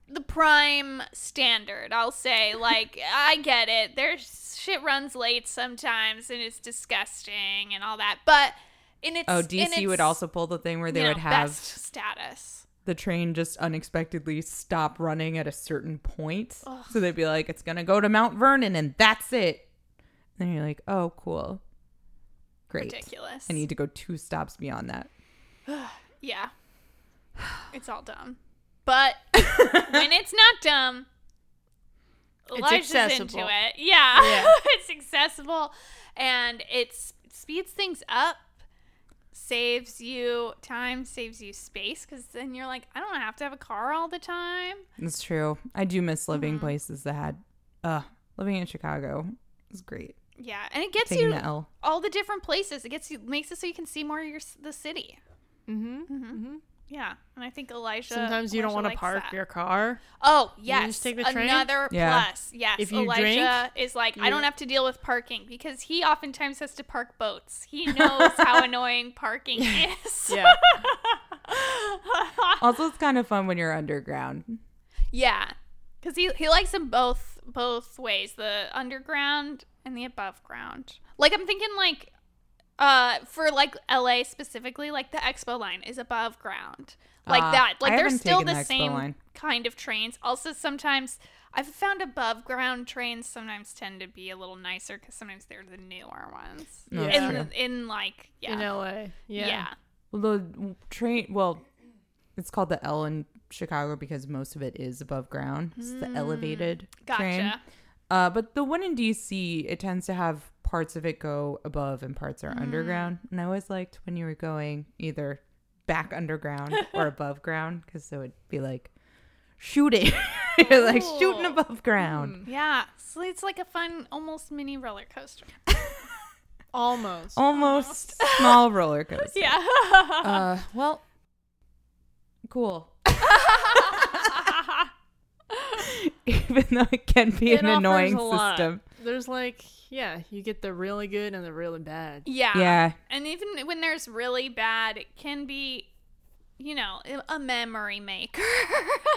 [SPEAKER 3] the prime standard, I'll say. Like I get it. There's shit runs late sometimes and it's disgusting and all that. But in its
[SPEAKER 2] Oh,
[SPEAKER 3] in
[SPEAKER 2] DC would
[SPEAKER 3] its,
[SPEAKER 2] also pull the thing where they
[SPEAKER 3] you know,
[SPEAKER 2] would have
[SPEAKER 3] best status.
[SPEAKER 2] the train just unexpectedly stop running at a certain point. So they'd be like, it's going to go to Mount Vernon and that's it. And you're like, oh, cool. Great.
[SPEAKER 3] Ridiculous.
[SPEAKER 2] I need to go two stops beyond that.
[SPEAKER 3] Yeah. It's all dumb. But when it's not dumb, Elijah's into
[SPEAKER 1] accessible.
[SPEAKER 3] it. Yeah.
[SPEAKER 1] Yeah.
[SPEAKER 3] it's accessible and it s- speeds things up, saves you time, saves you space because then you're like, I don't have to have a car all the time.
[SPEAKER 2] It's true. I do miss living
[SPEAKER 3] Mm-hmm.
[SPEAKER 2] places that had, uh, living in Chicago is great.
[SPEAKER 3] Yeah. And it gets
[SPEAKER 2] Taking
[SPEAKER 3] you
[SPEAKER 2] the L.
[SPEAKER 3] all the different places. It gets you, makes it so you can see more of your, s- the city.
[SPEAKER 1] hmm
[SPEAKER 3] Yeah. And I think Elijah.
[SPEAKER 1] Sometimes you don't
[SPEAKER 3] Elijah
[SPEAKER 1] want to
[SPEAKER 3] likes
[SPEAKER 1] park
[SPEAKER 3] that.
[SPEAKER 1] your car.
[SPEAKER 3] Oh
[SPEAKER 1] can
[SPEAKER 3] yes,
[SPEAKER 1] just take the train?
[SPEAKER 3] another
[SPEAKER 2] Yeah.
[SPEAKER 3] plus. Yes,
[SPEAKER 1] If you
[SPEAKER 3] Elijah is like, I don't have to deal with parking because he oftentimes has to park boats. He knows how annoying parking is.
[SPEAKER 1] Yeah.
[SPEAKER 2] Also, it's kind of fun when you're underground.
[SPEAKER 3] yeah, because he he likes them both both ways, the underground and the above ground. Like I'm thinking like. Uh, for like LA specifically, like the Expo line is above ground, like
[SPEAKER 2] Ah,
[SPEAKER 3] that.
[SPEAKER 2] I
[SPEAKER 3] Like they're
[SPEAKER 2] haven't
[SPEAKER 3] still
[SPEAKER 2] taken
[SPEAKER 3] the,
[SPEAKER 2] the Expo
[SPEAKER 3] same
[SPEAKER 2] line.
[SPEAKER 3] kind of trains. Also, sometimes I've found above ground trains sometimes tend to be a little nicer because sometimes they're the newer ones.
[SPEAKER 2] No,
[SPEAKER 1] Yeah.
[SPEAKER 3] In, in like yeah,
[SPEAKER 1] In LA.
[SPEAKER 3] yeah.
[SPEAKER 1] Yeah.
[SPEAKER 2] Well, the train, well, it's called the L in Chicago because most of it is above ground. It's the elevated
[SPEAKER 3] Hmm. Gotcha.
[SPEAKER 2] train. Uh, but the one in DC, it tends to have parts of it go above and parts are underground.
[SPEAKER 3] Hmm.
[SPEAKER 2] And I always liked when you were going either back underground or above ground because it would be like shooting, You're like shooting
[SPEAKER 3] Ooh. Hmm.
[SPEAKER 2] above ground.
[SPEAKER 3] Yeah. So it's like a fun, almost mini roller coaster.
[SPEAKER 1] Almost.
[SPEAKER 2] Almost small roller coaster.
[SPEAKER 3] Yeah.
[SPEAKER 2] Uh, well, cool. Even though it can be
[SPEAKER 1] It
[SPEAKER 2] an
[SPEAKER 1] offers
[SPEAKER 2] annoying
[SPEAKER 1] a lot.
[SPEAKER 2] system.
[SPEAKER 1] There's like, yeah, you get the really good and the really bad.
[SPEAKER 3] yeah.
[SPEAKER 2] Yeah.
[SPEAKER 3] And even when there's really bad, it can be, you know, a memory maker.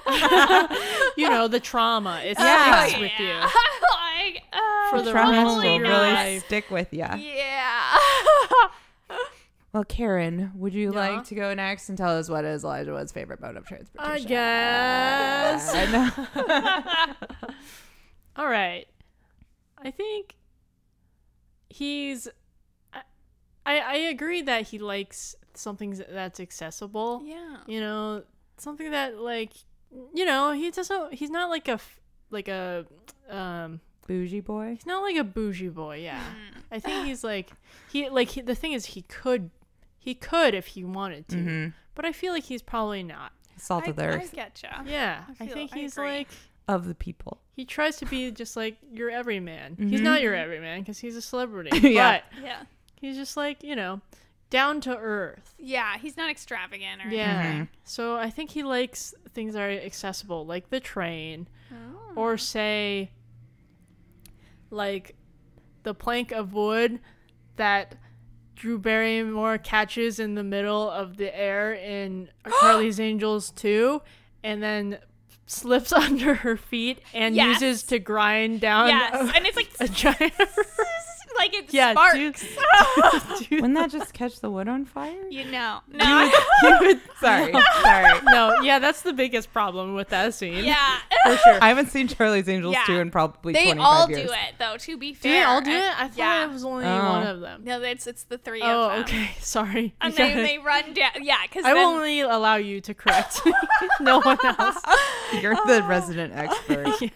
[SPEAKER 1] You know, the trauma. It
[SPEAKER 2] Yeah.
[SPEAKER 1] sticks with you.
[SPEAKER 3] Yeah. like, uh,
[SPEAKER 1] For the
[SPEAKER 2] Trauma
[SPEAKER 1] rest of
[SPEAKER 2] will
[SPEAKER 1] your
[SPEAKER 2] really
[SPEAKER 1] life.
[SPEAKER 2] stick with you.
[SPEAKER 3] yeah.
[SPEAKER 2] Well, Karen, would you
[SPEAKER 1] Yeah.
[SPEAKER 2] like to go next and tell us what is Elijah Wood's favorite mode of transportation?
[SPEAKER 1] I guess. All right. I think he's. I, I I agree that he likes something that's accessible.
[SPEAKER 3] yeah.
[SPEAKER 1] You know, something that like, you know, he doesn't. He's not like a f- like a um.
[SPEAKER 2] Bougie boy.
[SPEAKER 1] He's not like a bougie boy. Yeah,
[SPEAKER 3] Mm.
[SPEAKER 1] I think he's like he like he, the thing is he could he could if he wanted to,
[SPEAKER 3] Mm-hmm.
[SPEAKER 1] but I feel like he's probably not.
[SPEAKER 2] Salt
[SPEAKER 3] I,
[SPEAKER 2] of the earth
[SPEAKER 3] getcha.
[SPEAKER 1] Yeah, I,
[SPEAKER 3] feel-
[SPEAKER 1] think
[SPEAKER 3] I
[SPEAKER 1] he's
[SPEAKER 3] agree.
[SPEAKER 1] like
[SPEAKER 2] of the people.
[SPEAKER 1] he tries to be just like your everyman. He's not your everyman because he's a celebrity.
[SPEAKER 2] Yeah.
[SPEAKER 1] But
[SPEAKER 3] Yeah.
[SPEAKER 1] he's just like, you know, down to earth.
[SPEAKER 3] Yeah. He's not extravagant or
[SPEAKER 1] Yeah. So I think he likes things that are accessible, like the train,
[SPEAKER 3] Oh.
[SPEAKER 1] or say, like the plank of wood that Drew Barrymore catches in the middle of the air in Charlie's Angels 2 and then slips under her feet and
[SPEAKER 3] Yes.
[SPEAKER 1] uses to grind down
[SPEAKER 3] Yes.
[SPEAKER 1] a-
[SPEAKER 3] and it's like,
[SPEAKER 1] a giant
[SPEAKER 3] like it
[SPEAKER 1] yeah, dude.
[SPEAKER 3] sparks.
[SPEAKER 1] Dude,
[SPEAKER 2] Wouldn't that just catch the wood on fire?
[SPEAKER 3] you know. No.
[SPEAKER 2] sorry, sorry.
[SPEAKER 1] no, yeah, that's the biggest problem with that scene.
[SPEAKER 3] yeah.
[SPEAKER 1] for sure.
[SPEAKER 2] I haven't seen Charlie's Angels
[SPEAKER 3] Yeah.
[SPEAKER 2] 2 in probably
[SPEAKER 3] They
[SPEAKER 2] 25
[SPEAKER 3] all
[SPEAKER 2] years.
[SPEAKER 3] do it though. To be
[SPEAKER 1] Do
[SPEAKER 3] fair,
[SPEAKER 1] they all do it? I thought
[SPEAKER 3] yeah.
[SPEAKER 1] it was only
[SPEAKER 2] Oh.
[SPEAKER 1] one of them.
[SPEAKER 3] No, it's it's the three of
[SPEAKER 1] Oh,
[SPEAKER 3] them.
[SPEAKER 1] okay. Sorry.
[SPEAKER 3] And
[SPEAKER 1] You
[SPEAKER 3] then
[SPEAKER 1] gotta-
[SPEAKER 3] they run down. Yeah, because
[SPEAKER 1] I will only allow you to correct no one else.
[SPEAKER 2] You're the resident expert.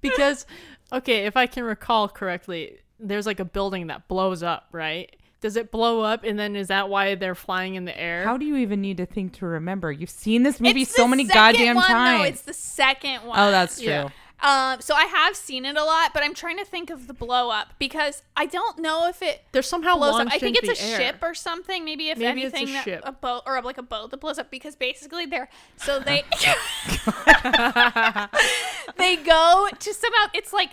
[SPEAKER 1] Because, okay, if I can recall correctly, there's like a building that blows up, right? Does it blow up and then is that why they're flying in the air?
[SPEAKER 2] How do you even need to think to remember? You've seen this movie
[SPEAKER 3] It's
[SPEAKER 2] so
[SPEAKER 3] the
[SPEAKER 2] many
[SPEAKER 3] second
[SPEAKER 2] goddamn
[SPEAKER 3] one,
[SPEAKER 2] times.
[SPEAKER 3] Though. It's the second one.
[SPEAKER 2] oh, that's true.
[SPEAKER 1] Yeah.
[SPEAKER 3] Um, so I have seen it a lot, but I'm trying to think of the blow up because I don't know if it
[SPEAKER 1] they're somehow
[SPEAKER 3] blows up.
[SPEAKER 1] launched
[SPEAKER 3] I think it's
[SPEAKER 1] into
[SPEAKER 3] a
[SPEAKER 1] the air.
[SPEAKER 3] ship or something. Maybe if
[SPEAKER 1] Maybe it's a
[SPEAKER 3] anything, that-
[SPEAKER 1] ship.
[SPEAKER 3] a boat or like a boat that blows up because basically they're so they they go to somehow it's like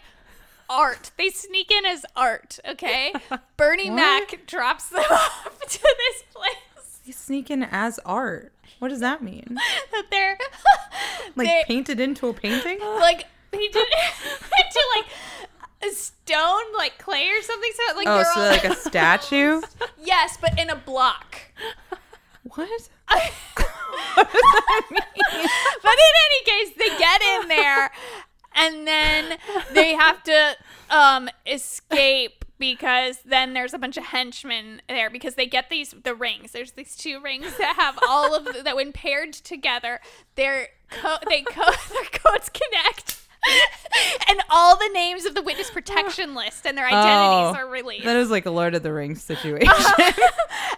[SPEAKER 3] art. They sneak in as art. Okay, Bernie Mac drops them off to this place
[SPEAKER 2] You sneak in as art. What does that mean?
[SPEAKER 3] that they're
[SPEAKER 2] Like
[SPEAKER 3] they-
[SPEAKER 2] painted into a painting?
[SPEAKER 3] like he did into like a stone like clay or something so like
[SPEAKER 2] Oh,
[SPEAKER 3] they're
[SPEAKER 2] so
[SPEAKER 3] all
[SPEAKER 2] like a statue?
[SPEAKER 3] yes but in a block
[SPEAKER 2] What?
[SPEAKER 3] but in any case they get in there and then they have to um escape because then there's a bunch of henchmen there because they get these the rings there's these two rings that have all of the, that when paired together their co- they co- their codes connect and all the names of the witness protection list and their identities
[SPEAKER 2] Oh,
[SPEAKER 3] are released
[SPEAKER 2] That is like a Lord of the Rings situation.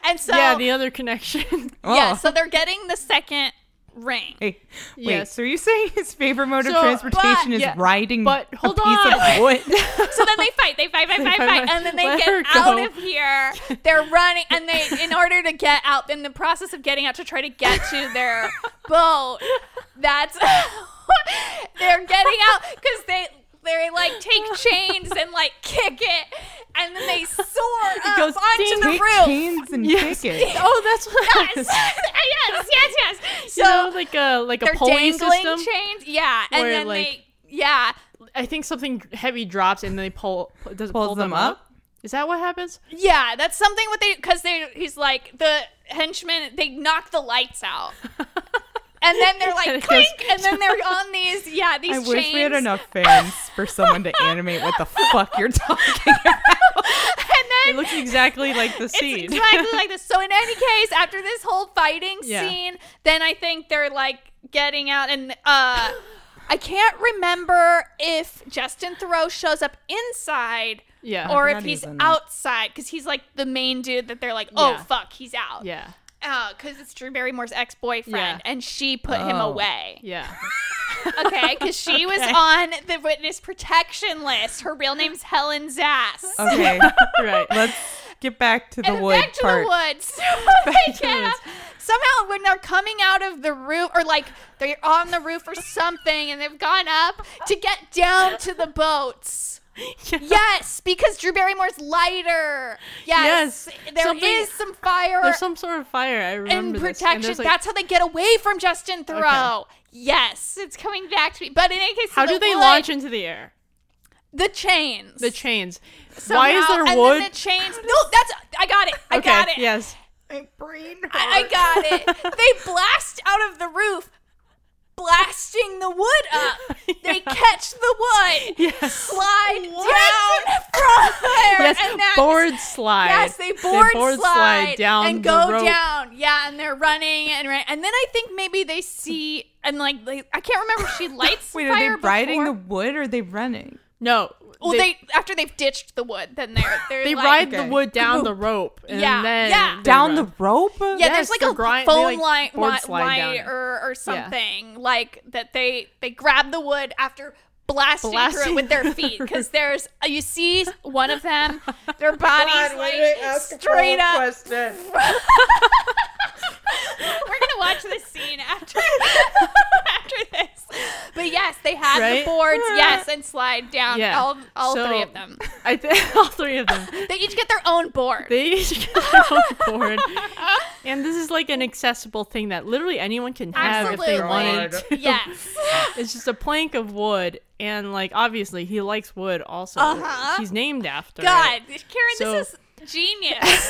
[SPEAKER 3] and so
[SPEAKER 1] Yeah, the other connection.
[SPEAKER 3] Yeah,
[SPEAKER 2] Oh.
[SPEAKER 3] so they're getting the second ring.
[SPEAKER 2] Wait, wait,
[SPEAKER 1] Yes.
[SPEAKER 2] so you're saying his favorite mode
[SPEAKER 1] So,
[SPEAKER 2] of transportation
[SPEAKER 1] but-
[SPEAKER 2] is
[SPEAKER 1] yeah,
[SPEAKER 2] riding
[SPEAKER 1] but hold
[SPEAKER 2] a piece
[SPEAKER 1] on.
[SPEAKER 2] of wood?
[SPEAKER 3] So then they fight, they fight, fight, fight,
[SPEAKER 1] fight,
[SPEAKER 3] fight,
[SPEAKER 1] fight.
[SPEAKER 3] and then they
[SPEAKER 1] Let her
[SPEAKER 3] get
[SPEAKER 1] go.
[SPEAKER 3] out of here. They're running, and they, in order to get out, in the process of getting out to try to get to their boat, that's they're getting out because they they like take chains and like kick it, and then they soar up
[SPEAKER 1] goes
[SPEAKER 3] onto
[SPEAKER 1] ding.
[SPEAKER 3] the
[SPEAKER 2] Take
[SPEAKER 3] roof.
[SPEAKER 2] canes and
[SPEAKER 1] Yes.
[SPEAKER 2] tickets.
[SPEAKER 1] oh, that's what
[SPEAKER 3] Yes, yes, yes, yes. So
[SPEAKER 1] you know, like a like a
[SPEAKER 3] they're
[SPEAKER 1] pulley
[SPEAKER 3] dangling
[SPEAKER 1] system.
[SPEAKER 3] chains, yeah, and
[SPEAKER 1] where,
[SPEAKER 3] then
[SPEAKER 1] like-
[SPEAKER 3] they, yeah.
[SPEAKER 1] I think something heavy drops and they pull pu- does it
[SPEAKER 2] Pulls
[SPEAKER 1] pull
[SPEAKER 2] them
[SPEAKER 1] them
[SPEAKER 2] up?
[SPEAKER 1] up. Is that what happens?
[SPEAKER 3] Yeah, that's something what they because they he's like the henchman. They knock the lights out, and then they're
[SPEAKER 1] And
[SPEAKER 3] like
[SPEAKER 1] it goes-
[SPEAKER 3] clink, and then they're on these yeah these
[SPEAKER 2] I
[SPEAKER 3] chains.
[SPEAKER 2] wish we had enough fans for someone to animate what the fuck you're talking about.
[SPEAKER 1] It
[SPEAKER 3] And then
[SPEAKER 1] looks exactly like the
[SPEAKER 3] it's
[SPEAKER 1] scene.
[SPEAKER 3] exactly like this. So in any case, after this whole fighting
[SPEAKER 1] Yeah.
[SPEAKER 3] scene, then I think they're like getting out and uh. I can't remember if Justin Thoreau shows up inside
[SPEAKER 1] yeah.
[SPEAKER 3] or
[SPEAKER 2] not
[SPEAKER 3] if he's
[SPEAKER 2] even.
[SPEAKER 3] outside because he's like the main dude that they're like, oh
[SPEAKER 1] Yeah.
[SPEAKER 3] fuck, he's out.
[SPEAKER 1] yeah.
[SPEAKER 3] because Uh, it's Drew Barrymore's ex boyfriend,
[SPEAKER 1] Yeah.
[SPEAKER 3] and she put him
[SPEAKER 2] Oh.
[SPEAKER 3] away.
[SPEAKER 1] Yeah.
[SPEAKER 3] Okay, because she was on the witness protection list. Her real name's Helen Zass.
[SPEAKER 2] Okay,
[SPEAKER 1] right.
[SPEAKER 2] let's get back to the
[SPEAKER 3] and
[SPEAKER 2] wood
[SPEAKER 3] back to
[SPEAKER 2] part.
[SPEAKER 3] the woods. So they
[SPEAKER 1] to the
[SPEAKER 3] get
[SPEAKER 1] woods.
[SPEAKER 3] up. Somehow, when they're coming out of the roof, or like they're on the roof or something, and they've gone up to get down to the boats. Yes, because Drew Barrymore's lighter. Yes,
[SPEAKER 1] Yes,
[SPEAKER 3] there is
[SPEAKER 1] something-
[SPEAKER 3] some fire
[SPEAKER 1] There's some sort of fire. I remember
[SPEAKER 3] and
[SPEAKER 1] this.
[SPEAKER 3] protection.
[SPEAKER 1] there's, like,
[SPEAKER 3] That's how they get away from Justin Thoreau. Yes, it's coming back to me. But in any case,
[SPEAKER 1] how
[SPEAKER 3] the
[SPEAKER 1] do they
[SPEAKER 3] wood-
[SPEAKER 1] launch into the air?
[SPEAKER 3] the chains?
[SPEAKER 1] The chains.
[SPEAKER 3] Somehow,
[SPEAKER 1] Why is there
[SPEAKER 3] and
[SPEAKER 1] wood?
[SPEAKER 3] Then the chains. No, that's I got it. I
[SPEAKER 1] okay.
[SPEAKER 3] got it.
[SPEAKER 1] Yes.
[SPEAKER 3] I, I got it. They blast out of the roof, blasting the wood up. They catch the wood,
[SPEAKER 1] Yes.
[SPEAKER 3] slide down from there,
[SPEAKER 1] Yes.
[SPEAKER 3] and that's,
[SPEAKER 1] board slide.
[SPEAKER 3] Yes, they board, slide,
[SPEAKER 1] down
[SPEAKER 3] and
[SPEAKER 1] the
[SPEAKER 3] go
[SPEAKER 1] rope.
[SPEAKER 3] down. Yeah, and they're running and right. And then I think maybe they see and like they, I can't remember. if She lights
[SPEAKER 2] Wait,
[SPEAKER 3] fire
[SPEAKER 2] are they riding
[SPEAKER 3] before.
[SPEAKER 2] the wood or are they running?
[SPEAKER 1] No.
[SPEAKER 3] Well, they, after they've ditched the wood, then they're they're
[SPEAKER 1] they
[SPEAKER 3] like,
[SPEAKER 1] ride
[SPEAKER 2] okay.
[SPEAKER 1] the wood down the rope and
[SPEAKER 3] Yeah,
[SPEAKER 1] then
[SPEAKER 3] yeah.
[SPEAKER 1] they
[SPEAKER 2] Down
[SPEAKER 1] run.
[SPEAKER 2] the rope?
[SPEAKER 3] Yeah,
[SPEAKER 1] Yes,
[SPEAKER 3] there's like
[SPEAKER 1] they're
[SPEAKER 3] a
[SPEAKER 1] grind- they,
[SPEAKER 3] phone
[SPEAKER 1] like,
[SPEAKER 3] line,
[SPEAKER 1] board
[SPEAKER 3] li-
[SPEAKER 1] slide down
[SPEAKER 3] line
[SPEAKER 1] it.
[SPEAKER 3] or, or something like that. They they grab the wood after blasting, through it
[SPEAKER 1] Blasting
[SPEAKER 3] with their feet because there's you see one of them, their body's like straight up. We're gonna watch this scene after after this, but yes, they had
[SPEAKER 1] Right?
[SPEAKER 3] the boards, yes, and slide down
[SPEAKER 1] Yeah.
[SPEAKER 3] all all
[SPEAKER 1] So,
[SPEAKER 3] three of them.
[SPEAKER 1] I think all three of them.
[SPEAKER 3] They each get their own board.
[SPEAKER 1] They each get their own board. And this is like an accessible thing that literally anyone can have if they
[SPEAKER 3] Absolutely.
[SPEAKER 1] wanted to.
[SPEAKER 3] yes,
[SPEAKER 1] It's just a plank of wood and like obviously he likes wood also.
[SPEAKER 3] Uh-huh.
[SPEAKER 1] He's named after it.
[SPEAKER 3] God, Karen,
[SPEAKER 1] So-
[SPEAKER 3] this is genius.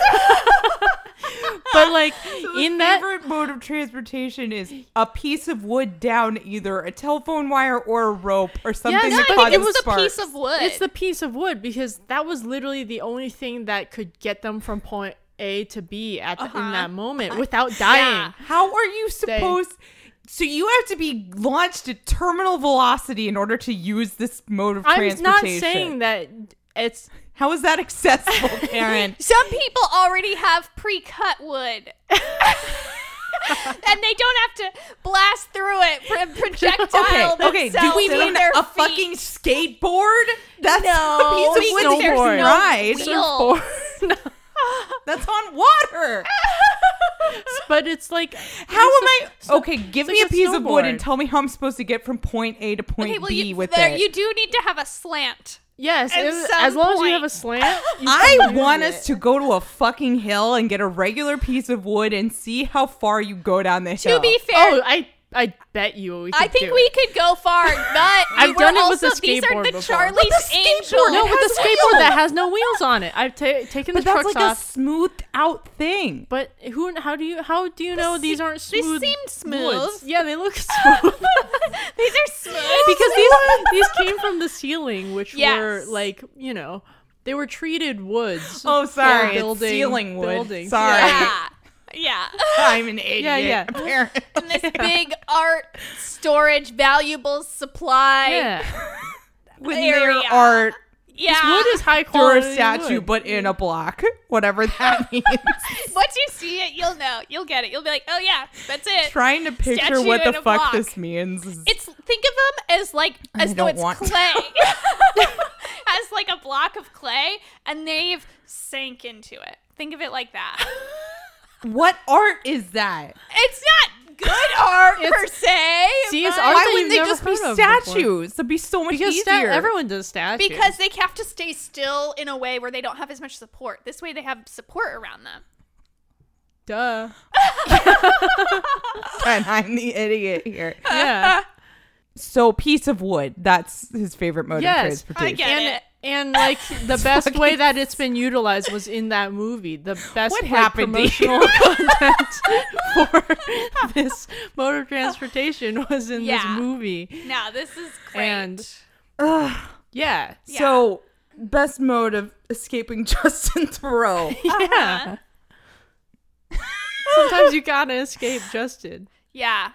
[SPEAKER 1] But like in
[SPEAKER 2] My
[SPEAKER 1] that
[SPEAKER 2] favorite mode of transportation is a piece of wood down either a telephone wire or a rope or something
[SPEAKER 1] Yes,
[SPEAKER 2] that
[SPEAKER 1] but
[SPEAKER 2] causes
[SPEAKER 1] it
[SPEAKER 3] was a
[SPEAKER 2] sparks.
[SPEAKER 3] piece of wood.
[SPEAKER 1] it's the piece of wood because that was literally the only thing that could get them from point A to B at the, in
[SPEAKER 3] Uh-huh.
[SPEAKER 1] that moment without dying.
[SPEAKER 2] How are you supposed? So you have to be launched at terminal velocity in order to use this mode of
[SPEAKER 1] I'm
[SPEAKER 2] transportation.
[SPEAKER 1] not saying that it's
[SPEAKER 2] How is that accessible, Karen?
[SPEAKER 3] Some people already have pre-cut wood. and they don't have to blast through it for a
[SPEAKER 2] okay,
[SPEAKER 3] projectile
[SPEAKER 2] okay. Do
[SPEAKER 3] themselves
[SPEAKER 2] we
[SPEAKER 3] with
[SPEAKER 2] mean
[SPEAKER 3] their
[SPEAKER 2] a
[SPEAKER 3] feet.
[SPEAKER 2] fucking skateboard? That's
[SPEAKER 3] No,
[SPEAKER 2] a piece of wood
[SPEAKER 1] because
[SPEAKER 2] that you
[SPEAKER 1] there's
[SPEAKER 2] can
[SPEAKER 1] no
[SPEAKER 2] ride.
[SPEAKER 3] wheel.
[SPEAKER 1] surfboard.
[SPEAKER 2] That's on water.
[SPEAKER 1] but it's like
[SPEAKER 2] How am I? Okay, give
[SPEAKER 1] like
[SPEAKER 2] me a
[SPEAKER 1] a
[SPEAKER 2] piece of wood and
[SPEAKER 1] snowboard.
[SPEAKER 2] tell me how I'm supposed to get from point A to point
[SPEAKER 3] Okay, well,
[SPEAKER 2] B
[SPEAKER 3] you,
[SPEAKER 2] with
[SPEAKER 3] there,
[SPEAKER 2] it.
[SPEAKER 3] you do need to have a slant.
[SPEAKER 1] Yes,
[SPEAKER 3] At
[SPEAKER 1] it-
[SPEAKER 3] some
[SPEAKER 1] as long as you
[SPEAKER 3] point.
[SPEAKER 1] have a slant. you
[SPEAKER 2] I
[SPEAKER 1] can
[SPEAKER 2] want
[SPEAKER 1] use
[SPEAKER 2] us
[SPEAKER 1] it.
[SPEAKER 2] to go to a fucking hill and get a regular piece of wood and see how far you go down the hill.
[SPEAKER 3] To be fair,
[SPEAKER 1] Oh, I I bet you we. Could
[SPEAKER 3] I think
[SPEAKER 1] do
[SPEAKER 3] we
[SPEAKER 1] it.
[SPEAKER 3] could go far, but we
[SPEAKER 1] I've
[SPEAKER 3] were
[SPEAKER 1] done it with
[SPEAKER 3] also,
[SPEAKER 1] a
[SPEAKER 3] These are
[SPEAKER 1] skateboard
[SPEAKER 3] the
[SPEAKER 1] before.
[SPEAKER 3] Charlie's Angels.
[SPEAKER 1] No, with
[SPEAKER 2] has
[SPEAKER 1] a skateboard that has no wheels on it. I've ta- taken
[SPEAKER 2] but
[SPEAKER 1] the
[SPEAKER 2] that's
[SPEAKER 1] trucks
[SPEAKER 2] like a
[SPEAKER 1] off.
[SPEAKER 2] smoothed out thing.
[SPEAKER 1] But who? How do you? How do you know these
[SPEAKER 3] se-
[SPEAKER 1] aren't
[SPEAKER 3] they
[SPEAKER 1] smooth?
[SPEAKER 3] seemed smooth.
[SPEAKER 1] woods? Yeah, they look smooth
[SPEAKER 3] these are smooth.
[SPEAKER 1] because these these came from the ceiling, which were
[SPEAKER 3] Yes.
[SPEAKER 1] like you know they were treated woods.
[SPEAKER 2] Oh, sorry, it's
[SPEAKER 1] building-
[SPEAKER 2] ceiling wood.
[SPEAKER 1] building.
[SPEAKER 2] Sorry,
[SPEAKER 3] yeah, yeah.
[SPEAKER 2] I'm an idiot.
[SPEAKER 1] Yeah, yeah.
[SPEAKER 2] apparently.
[SPEAKER 3] And this big art storage valuables supply.
[SPEAKER 1] Yeah,
[SPEAKER 2] With
[SPEAKER 3] Area.
[SPEAKER 2] their art
[SPEAKER 3] Yeah.
[SPEAKER 1] wood is high
[SPEAKER 2] or a
[SPEAKER 1] quality
[SPEAKER 2] statue,
[SPEAKER 1] wood.
[SPEAKER 2] but in a block, whatever that means.
[SPEAKER 3] Once you see it, you'll know. You'll get it. You'll be like, oh yeah, that's it.
[SPEAKER 2] Trying to picture
[SPEAKER 3] Statue
[SPEAKER 2] what
[SPEAKER 3] in
[SPEAKER 2] the
[SPEAKER 3] a
[SPEAKER 2] fuck
[SPEAKER 3] block.
[SPEAKER 2] this means. is-
[SPEAKER 3] It's think of them as like
[SPEAKER 2] I
[SPEAKER 3] as though
[SPEAKER 2] don't
[SPEAKER 3] it's
[SPEAKER 2] want-
[SPEAKER 3] clay, as like a block of clay, and they've sank into it. Think of it like that.
[SPEAKER 2] what art is that?
[SPEAKER 3] It's not good art per se.
[SPEAKER 1] See, it's
[SPEAKER 3] but-
[SPEAKER 1] art
[SPEAKER 2] Why
[SPEAKER 1] that
[SPEAKER 2] wouldn't
[SPEAKER 1] you've
[SPEAKER 2] they
[SPEAKER 1] never
[SPEAKER 2] just be
[SPEAKER 1] heard of before.
[SPEAKER 2] statues? That'd be so much
[SPEAKER 1] because
[SPEAKER 2] easier.
[SPEAKER 1] sta- everyone does statues
[SPEAKER 3] because they have to stay still in a way where they don't have as much support. This way, they have support around them.
[SPEAKER 1] duh.
[SPEAKER 2] and I'm the idiot here.
[SPEAKER 1] Yeah.
[SPEAKER 2] So piece of wood. That's his favorite mode
[SPEAKER 1] Yes, I
[SPEAKER 2] of transportation.
[SPEAKER 3] get-
[SPEAKER 1] and
[SPEAKER 3] it.
[SPEAKER 1] and like the best
[SPEAKER 2] fucking-
[SPEAKER 1] way that it's been utilized was in that movie. The best
[SPEAKER 2] What
[SPEAKER 1] like,
[SPEAKER 2] happened to you?
[SPEAKER 1] promotional content for this mode of transportation was in
[SPEAKER 3] Yeah.
[SPEAKER 1] this movie.
[SPEAKER 3] Now, this is great.
[SPEAKER 1] And-
[SPEAKER 2] Ugh.
[SPEAKER 1] Yeah, yeah,
[SPEAKER 2] So best mode of escaping Justin Thoreau.
[SPEAKER 3] Uh,
[SPEAKER 1] uh-huh. Sometimes you gotta escape, Justin.
[SPEAKER 3] yeah.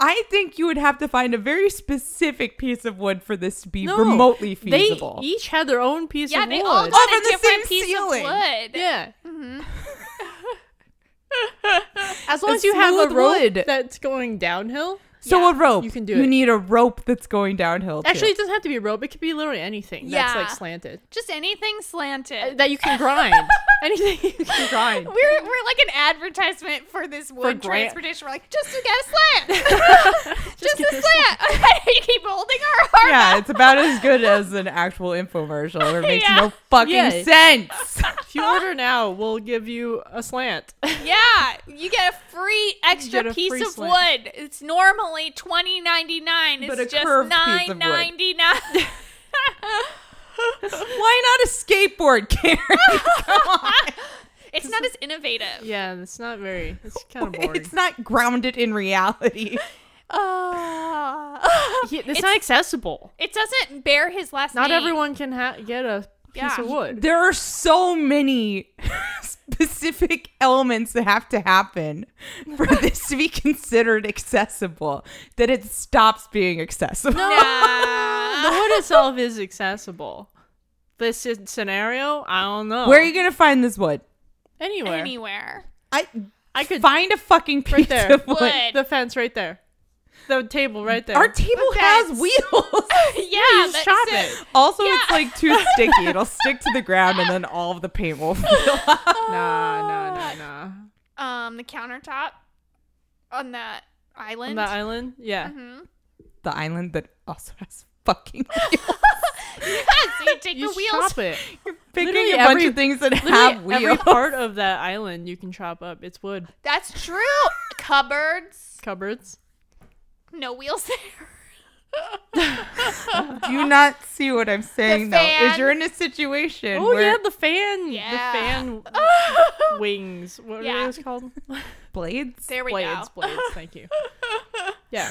[SPEAKER 2] I think you would have to find a very specific piece of wood for this to be
[SPEAKER 1] No,
[SPEAKER 2] remotely feasible.
[SPEAKER 1] They each had their own piece
[SPEAKER 3] Yeah,
[SPEAKER 1] of
[SPEAKER 3] they
[SPEAKER 1] wood.
[SPEAKER 3] all got
[SPEAKER 2] Oh, from
[SPEAKER 3] a
[SPEAKER 2] the
[SPEAKER 3] different
[SPEAKER 2] same
[SPEAKER 3] piece
[SPEAKER 2] ceiling.
[SPEAKER 3] of wood.
[SPEAKER 1] yeah, Mm-hmm. As long as you have a
[SPEAKER 2] smooth
[SPEAKER 1] rope
[SPEAKER 2] wood.
[SPEAKER 1] that's going downhill.
[SPEAKER 2] So
[SPEAKER 1] yeah,
[SPEAKER 2] a rope.
[SPEAKER 1] You can do
[SPEAKER 2] You
[SPEAKER 1] it.
[SPEAKER 2] need a rope that's going downhill. too.
[SPEAKER 1] Actually, it doesn't have to be a rope. It could be literally anything that's like
[SPEAKER 3] Yeah.
[SPEAKER 1] slanted
[SPEAKER 3] Just anything slanted.
[SPEAKER 1] that you can grind. anything you can grind.
[SPEAKER 3] we're, we're like an advertisement for this wood
[SPEAKER 1] gra-
[SPEAKER 3] transportation. We're like, just to get a slant. just
[SPEAKER 1] get
[SPEAKER 3] a
[SPEAKER 1] this
[SPEAKER 3] slant. I keep holding our arm.
[SPEAKER 2] yeah,
[SPEAKER 3] up.
[SPEAKER 2] it's about as good as an actual infomercial. It makes
[SPEAKER 3] Yeah.
[SPEAKER 2] no fucking
[SPEAKER 1] Yeah.
[SPEAKER 2] sense.
[SPEAKER 1] If you order now, we'll give you a slant.
[SPEAKER 3] Yeah, you get a free extra
[SPEAKER 1] get a
[SPEAKER 3] piece
[SPEAKER 1] free
[SPEAKER 3] of
[SPEAKER 1] slant.
[SPEAKER 3] wood. It's normally twenty ninety nine. It's
[SPEAKER 2] But a
[SPEAKER 3] just
[SPEAKER 2] curved piece of wood.
[SPEAKER 3] nine ninety nine.
[SPEAKER 2] Why not a skateboard, Karen?
[SPEAKER 3] It's not as innovative.
[SPEAKER 1] Yeah, that's not very. It's kind of boring.
[SPEAKER 2] it's not grounded in reality.
[SPEAKER 3] Ah.
[SPEAKER 1] Yeah, it's,
[SPEAKER 3] It's-
[SPEAKER 1] not accessible.
[SPEAKER 3] it doesn't bear his last
[SPEAKER 1] Not
[SPEAKER 3] name.
[SPEAKER 1] everyone can ha- get a piece
[SPEAKER 3] Yeah.
[SPEAKER 1] of wood.
[SPEAKER 2] There are so many specific elements that have to happen for this to be considered accessible that it stops being accessible.
[SPEAKER 1] the
[SPEAKER 3] Nah.
[SPEAKER 1] wood itself is accessible. This is- scenario, I don't know.
[SPEAKER 2] Where are you gonna find this wood?
[SPEAKER 1] Anywhere.
[SPEAKER 3] anywhere.
[SPEAKER 2] I
[SPEAKER 1] I could
[SPEAKER 2] find a fucking piece
[SPEAKER 1] there.
[SPEAKER 2] of wood.
[SPEAKER 3] Wood.
[SPEAKER 1] the fence right there. The table right there.
[SPEAKER 2] Our table
[SPEAKER 3] Okay.
[SPEAKER 2] has wheels.
[SPEAKER 3] Yeah,
[SPEAKER 1] you
[SPEAKER 3] that's
[SPEAKER 1] chop
[SPEAKER 3] it.
[SPEAKER 1] it.
[SPEAKER 2] Also, it's like too sticky. It'll stick to the ground, and then all of the paint will fill up.
[SPEAKER 1] Nah, nah, nah, nah.
[SPEAKER 3] Um, the countertop on that
[SPEAKER 1] On
[SPEAKER 3] island.
[SPEAKER 1] the island? Yeah.
[SPEAKER 2] The island that also has fucking wheels.
[SPEAKER 3] Yeah, so you take
[SPEAKER 1] You
[SPEAKER 3] the wheels.
[SPEAKER 1] chop it.
[SPEAKER 2] picking
[SPEAKER 1] Literally
[SPEAKER 2] a bunch
[SPEAKER 1] every-
[SPEAKER 2] of things that have
[SPEAKER 1] Literally, every
[SPEAKER 2] wheels.
[SPEAKER 1] part of that island you can chop up. It's wood.
[SPEAKER 3] That's true. Cupboards.
[SPEAKER 1] Cupboards.
[SPEAKER 3] No wheels there.
[SPEAKER 2] Do you not see what I'm saying
[SPEAKER 3] The
[SPEAKER 2] though? Is
[SPEAKER 3] fan.
[SPEAKER 2] you're in a situation
[SPEAKER 1] Oh,
[SPEAKER 2] where
[SPEAKER 1] yeah, the fan.
[SPEAKER 3] Yeah.
[SPEAKER 1] The fan wings. What
[SPEAKER 3] Yeah.
[SPEAKER 1] are those called?
[SPEAKER 2] blades.
[SPEAKER 3] There we
[SPEAKER 1] blades,
[SPEAKER 3] go.
[SPEAKER 1] blades. Thank you. Yeah.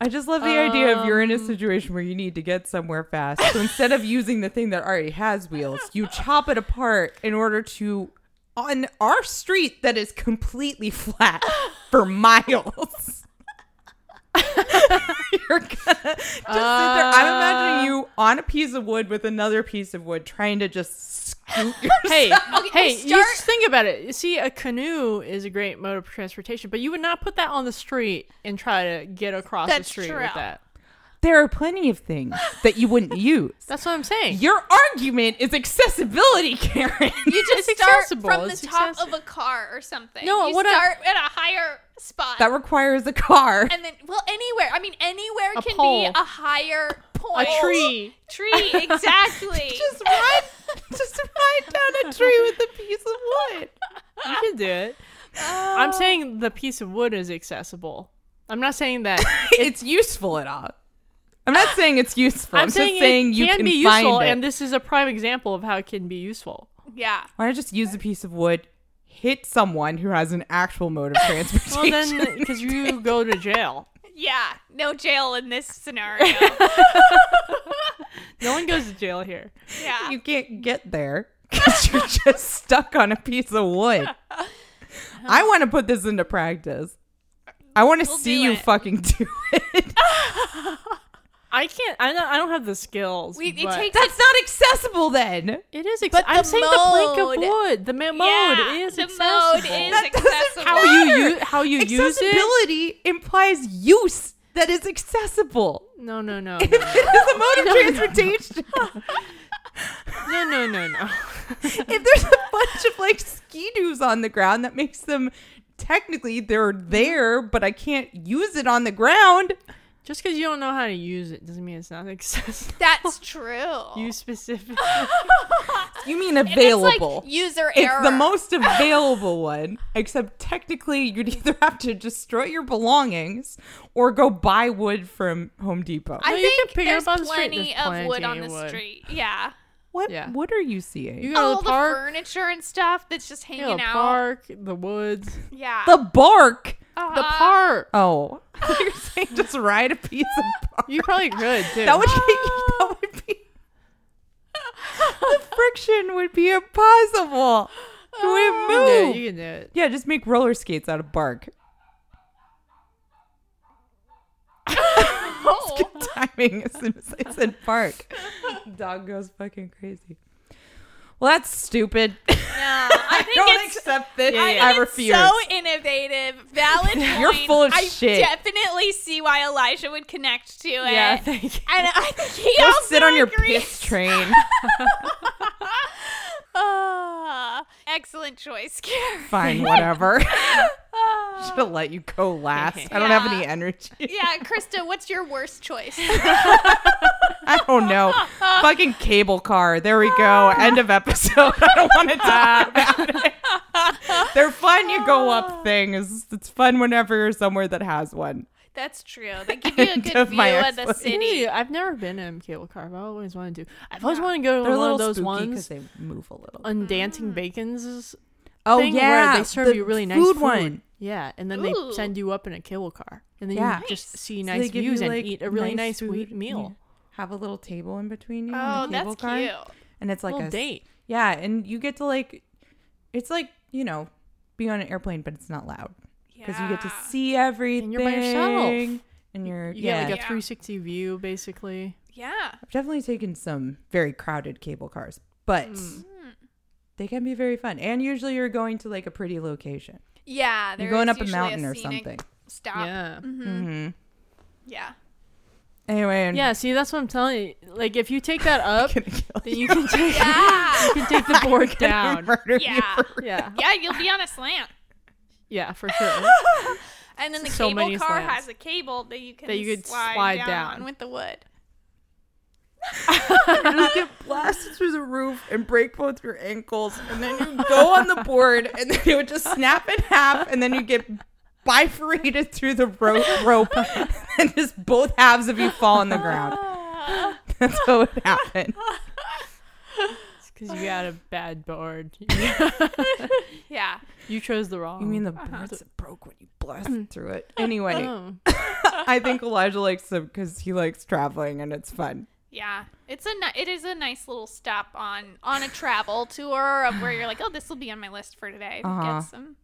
[SPEAKER 2] I just love the idea of you're in a
[SPEAKER 1] Um,
[SPEAKER 2] situation where you need to get somewhere fast. So instead of using the thing that already has wheels, you chop it apart in order to on our street that is completely flat for miles. you're gonna just sit there. I'm
[SPEAKER 1] Uh,
[SPEAKER 2] imagining you on a piece of wood with another piece of wood, trying to just scoot yourself.
[SPEAKER 1] Hey, hey,
[SPEAKER 3] we
[SPEAKER 1] you
[SPEAKER 3] start-
[SPEAKER 1] just think about it. You see, a canoe is a great mode of transportation, but you would not put that on the street and try to get across the
[SPEAKER 3] That's
[SPEAKER 1] street
[SPEAKER 3] true.
[SPEAKER 1] with that.
[SPEAKER 2] There are plenty of things that you wouldn't use.
[SPEAKER 1] That's what I'm saying.
[SPEAKER 2] Your argument is accessibility, Karen.
[SPEAKER 3] You just
[SPEAKER 1] It's
[SPEAKER 3] start
[SPEAKER 1] accessible.
[SPEAKER 3] from the
[SPEAKER 1] It's
[SPEAKER 3] top
[SPEAKER 1] accessible.
[SPEAKER 3] of a car or something.
[SPEAKER 1] No,
[SPEAKER 3] you
[SPEAKER 1] what I-
[SPEAKER 3] start at a higher spot.
[SPEAKER 2] that requires a car.
[SPEAKER 3] and then, well, anywhere. I mean, anywhere
[SPEAKER 1] A
[SPEAKER 3] can
[SPEAKER 1] pole.
[SPEAKER 3] be a higher
[SPEAKER 1] a
[SPEAKER 3] point.
[SPEAKER 1] tree.
[SPEAKER 3] Tree, exactly.
[SPEAKER 2] just ride, just ride down a tree with a piece of wood.
[SPEAKER 1] You can do it. I'm saying the piece of wood is accessible. I'm not saying that.
[SPEAKER 2] It's useful at all. I'm not saying it's useful. I'm,
[SPEAKER 1] I'm saying,
[SPEAKER 2] just saying
[SPEAKER 1] it
[SPEAKER 2] you
[SPEAKER 1] can,
[SPEAKER 2] can,
[SPEAKER 1] be
[SPEAKER 2] find
[SPEAKER 1] useful,
[SPEAKER 2] it.
[SPEAKER 1] and this is a prime example of how it can be useful.
[SPEAKER 3] yeah.
[SPEAKER 2] Why not just use a piece of wood, hit someone who has an actual mode of
[SPEAKER 1] Well,
[SPEAKER 2] transportation?
[SPEAKER 1] then, because you go to jail,
[SPEAKER 3] Yeah. No jail in this scenario.
[SPEAKER 1] no one goes to jail here.
[SPEAKER 3] Yeah.
[SPEAKER 2] you can't get there because you're just stuck on a piece of wood. I want to put this into practice. I want to
[SPEAKER 3] We'll
[SPEAKER 2] see
[SPEAKER 3] do
[SPEAKER 2] you
[SPEAKER 3] it.
[SPEAKER 2] fucking Uh-huh. do it.
[SPEAKER 1] I can't. I don't, I don't have the skills.
[SPEAKER 3] We- it
[SPEAKER 1] but-
[SPEAKER 3] takes
[SPEAKER 2] That's not accessible then.
[SPEAKER 1] It is. Ex-
[SPEAKER 3] But
[SPEAKER 1] I'm
[SPEAKER 3] the
[SPEAKER 1] saying the plank of
[SPEAKER 3] mode-
[SPEAKER 1] wood, the ma- mode
[SPEAKER 3] yeah,
[SPEAKER 1] is
[SPEAKER 3] the
[SPEAKER 1] accessible.
[SPEAKER 3] mode is
[SPEAKER 2] That doesn't
[SPEAKER 3] accessible.
[SPEAKER 1] how you use how you use it.
[SPEAKER 2] Accessibility implies use that is accessible.
[SPEAKER 1] No, no, no,
[SPEAKER 2] If it is a mode of transportation,
[SPEAKER 1] no, no, no, no.
[SPEAKER 2] if there's a bunch of like ski doos on the ground, that makes them technically they're there, but I can't use it on the ground.
[SPEAKER 1] Just because you don't know how to use it doesn't mean it's not accessible.
[SPEAKER 3] That's true.
[SPEAKER 1] You specifically.
[SPEAKER 2] You mean
[SPEAKER 3] And it's
[SPEAKER 2] available?
[SPEAKER 3] like user
[SPEAKER 2] It's
[SPEAKER 3] error.
[SPEAKER 2] the most available one, except technically you'd either have to destroy your belongings or go buy wood from Home Depot.
[SPEAKER 3] I
[SPEAKER 1] No, you
[SPEAKER 3] think
[SPEAKER 1] can pick it
[SPEAKER 3] there's
[SPEAKER 1] up on the street.
[SPEAKER 3] plenty
[SPEAKER 1] There's
[SPEAKER 3] of wood
[SPEAKER 1] plenty
[SPEAKER 3] on
[SPEAKER 1] of
[SPEAKER 3] the
[SPEAKER 1] wood.
[SPEAKER 3] street. Yeah.
[SPEAKER 2] what
[SPEAKER 1] Yeah.
[SPEAKER 2] what are you seeing?
[SPEAKER 1] You
[SPEAKER 3] All
[SPEAKER 1] go to the
[SPEAKER 3] the
[SPEAKER 1] park.
[SPEAKER 3] furniture and stuff that's just
[SPEAKER 1] You go
[SPEAKER 3] hanging
[SPEAKER 1] to the
[SPEAKER 3] out.
[SPEAKER 1] park, the woods,
[SPEAKER 3] Yeah.
[SPEAKER 2] the bark.
[SPEAKER 1] the
[SPEAKER 3] Uh-huh.
[SPEAKER 1] park.
[SPEAKER 2] Oh, you're saying just ride a piece of bark.
[SPEAKER 1] You probably could too.
[SPEAKER 2] That would take, that would be the friction would be impossible.
[SPEAKER 1] you can
[SPEAKER 2] It
[SPEAKER 1] do
[SPEAKER 2] would
[SPEAKER 1] it.
[SPEAKER 2] move.
[SPEAKER 1] You can do it.
[SPEAKER 2] Yeah, just make roller skates out of bark.
[SPEAKER 3] Oh.
[SPEAKER 2] Timing as soon as I said bark, dog goes fucking crazy. Well, that's stupid.
[SPEAKER 3] No, Uh, I think
[SPEAKER 2] Don't
[SPEAKER 3] it's
[SPEAKER 2] accept this.
[SPEAKER 3] I, think
[SPEAKER 2] I
[SPEAKER 3] it's
[SPEAKER 2] refuse.
[SPEAKER 3] so innovative. Valid point.
[SPEAKER 2] You're full of
[SPEAKER 3] I
[SPEAKER 2] shit.
[SPEAKER 3] definitely see why Elijah would connect to it.
[SPEAKER 2] yeah, thank you.
[SPEAKER 3] And I think he
[SPEAKER 2] Go
[SPEAKER 3] also
[SPEAKER 2] sit on your
[SPEAKER 3] agrees.
[SPEAKER 2] piss train.
[SPEAKER 3] Ah, excellent choice, Karen.
[SPEAKER 2] Fine, whatever.
[SPEAKER 3] Ah.
[SPEAKER 2] Should have let you go last. I don't have
[SPEAKER 3] Yeah.
[SPEAKER 2] any energy.
[SPEAKER 3] yeah, Krista, what's your worst choice?
[SPEAKER 2] I don't know. Fucking cable car. There we go. End of episode. I don't want to talk about it. They're fun. You go up things. It's fun whenever you're somewhere that has one.
[SPEAKER 3] That's true. They give you a
[SPEAKER 2] End
[SPEAKER 3] good
[SPEAKER 2] of
[SPEAKER 3] view
[SPEAKER 2] my
[SPEAKER 3] of the
[SPEAKER 2] explanation.
[SPEAKER 3] city.
[SPEAKER 1] Really, I've never been in cable car. But I always wanted to. I've always wanted to go to
[SPEAKER 2] They're a
[SPEAKER 1] one
[SPEAKER 2] little
[SPEAKER 1] of those
[SPEAKER 2] spooky
[SPEAKER 1] ones
[SPEAKER 2] they move a little.
[SPEAKER 1] on Dancing Bacon's.
[SPEAKER 2] oh
[SPEAKER 1] thing
[SPEAKER 2] yeah,
[SPEAKER 1] where they serve
[SPEAKER 2] the
[SPEAKER 1] you really nice
[SPEAKER 2] food
[SPEAKER 1] food.
[SPEAKER 2] one.
[SPEAKER 1] Yeah, and then
[SPEAKER 3] Ooh.
[SPEAKER 1] they send you up in a cable car, and then
[SPEAKER 2] Yeah.
[SPEAKER 1] you just see
[SPEAKER 2] So they
[SPEAKER 1] nice
[SPEAKER 2] give
[SPEAKER 1] views
[SPEAKER 2] you,
[SPEAKER 1] and
[SPEAKER 2] like,
[SPEAKER 1] eat a really nice,
[SPEAKER 2] food,
[SPEAKER 1] sweet
[SPEAKER 2] and
[SPEAKER 1] meal.
[SPEAKER 2] you Have a little table in between you.
[SPEAKER 3] Oh,
[SPEAKER 2] and a cable
[SPEAKER 3] that's
[SPEAKER 2] car.
[SPEAKER 3] cute.
[SPEAKER 2] And it's like
[SPEAKER 1] Little
[SPEAKER 2] a
[SPEAKER 1] date.
[SPEAKER 2] Yeah, and you get to like, it's like you know, be on an airplane, but it's not loud because you get to
[SPEAKER 3] Yeah.
[SPEAKER 2] see everything.
[SPEAKER 1] you're by yourself.
[SPEAKER 2] And you're
[SPEAKER 1] You
[SPEAKER 2] yeah.
[SPEAKER 1] get like a
[SPEAKER 3] Yeah.
[SPEAKER 1] 360 view, basically.
[SPEAKER 3] Yeah.
[SPEAKER 2] I've definitely taken some very crowded cable cars, but they can be very fun. And usually you're going to like a pretty location.
[SPEAKER 3] Yeah.
[SPEAKER 2] You're
[SPEAKER 3] there
[SPEAKER 2] going up
[SPEAKER 3] is
[SPEAKER 2] a
[SPEAKER 3] usually
[SPEAKER 2] mountain or
[SPEAKER 3] scenic
[SPEAKER 2] something.
[SPEAKER 3] Stop.
[SPEAKER 1] Yeah.
[SPEAKER 2] Mm-hmm.
[SPEAKER 3] Yeah.
[SPEAKER 2] Anyway, and
[SPEAKER 1] Yeah, see, that's what I'm telling you. Like, if you take that up,
[SPEAKER 2] gonna kill
[SPEAKER 1] then you can take,
[SPEAKER 3] Yeah.
[SPEAKER 1] you can take the board down.
[SPEAKER 2] murder you.
[SPEAKER 3] Ah, Yeah.
[SPEAKER 1] Yeah,
[SPEAKER 3] Yeah, you'll be on a slant.
[SPEAKER 1] yeah, for sure.
[SPEAKER 3] And then the
[SPEAKER 1] So
[SPEAKER 3] cable
[SPEAKER 1] many
[SPEAKER 3] car
[SPEAKER 1] slants.
[SPEAKER 3] has a cable that you can
[SPEAKER 1] That you could
[SPEAKER 3] slide,
[SPEAKER 1] slide
[SPEAKER 3] down,
[SPEAKER 1] down.
[SPEAKER 3] with the wood.
[SPEAKER 2] just get blasted through the roof and break both your ankles, and then you go on the board, and then it would just snap in half, and then you get bifurcated through the rope, rope, and just both halves of you fall on the ground. That's what would happen.
[SPEAKER 1] Because you got a bad board.
[SPEAKER 3] Yeah.
[SPEAKER 1] you chose the wrong.
[SPEAKER 2] You mean the boards that broke when you blasted through it? Anyway,
[SPEAKER 1] Oh.
[SPEAKER 2] I think Elijah likes them because he likes traveling and it's fun.
[SPEAKER 3] Yeah. It's a ni- it is a nice little stop on on a travel tour of where you're like, "Oh, this will be on my list for today."
[SPEAKER 2] Uh-huh.
[SPEAKER 3] Get some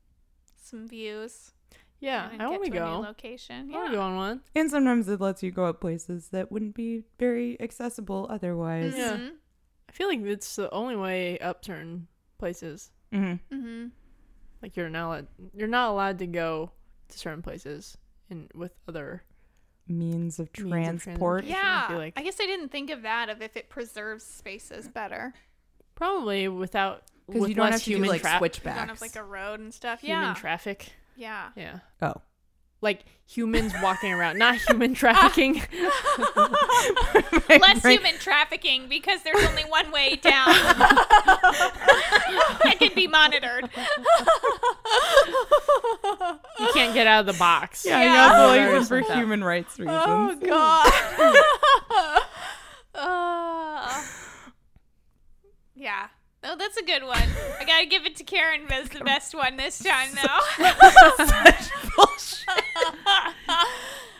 [SPEAKER 3] some views.
[SPEAKER 1] Yeah,
[SPEAKER 3] and
[SPEAKER 1] I
[SPEAKER 3] get
[SPEAKER 1] want to
[SPEAKER 3] to a new
[SPEAKER 1] go.
[SPEAKER 3] location.
[SPEAKER 1] I
[SPEAKER 3] Yeah.
[SPEAKER 1] want to go on one.
[SPEAKER 2] And sometimes it lets you go up places that wouldn't be very accessible otherwise.
[SPEAKER 1] Yeah.
[SPEAKER 3] Mhm.
[SPEAKER 1] I feel like it's the only way upturn places.
[SPEAKER 2] hmm
[SPEAKER 3] Mhm.
[SPEAKER 1] Like you're not allowed, you're not allowed to go to certain places and with other.
[SPEAKER 2] Means of
[SPEAKER 1] Means of
[SPEAKER 2] transport.
[SPEAKER 1] transportation. I
[SPEAKER 3] Yeah.
[SPEAKER 1] feel like-
[SPEAKER 3] I guess I didn't think of that of if it preserves spaces better.
[SPEAKER 1] Probably without
[SPEAKER 2] Because
[SPEAKER 1] with
[SPEAKER 2] you don't
[SPEAKER 1] less
[SPEAKER 2] have to do
[SPEAKER 1] human
[SPEAKER 2] like
[SPEAKER 1] tra-
[SPEAKER 3] You don't
[SPEAKER 2] switchbacks.
[SPEAKER 3] have like a road and stuff.
[SPEAKER 1] human
[SPEAKER 3] yeah.
[SPEAKER 1] traffic.
[SPEAKER 3] yeah.
[SPEAKER 1] Yeah,
[SPEAKER 2] oh.
[SPEAKER 1] like humans walking around, not human trafficking.
[SPEAKER 3] Less human trafficking because there's only one way down. it can be monitored.
[SPEAKER 1] you can't get out of the box.
[SPEAKER 2] Yeah,
[SPEAKER 3] Yeah.
[SPEAKER 2] yeah.
[SPEAKER 1] Oh,
[SPEAKER 2] you
[SPEAKER 1] very
[SPEAKER 2] have to use them for
[SPEAKER 1] simple.
[SPEAKER 2] human rights reasons.
[SPEAKER 3] Oh god. Uh, yeah. Oh, that's a good one. I gotta give it to Karen as the best one this time, though.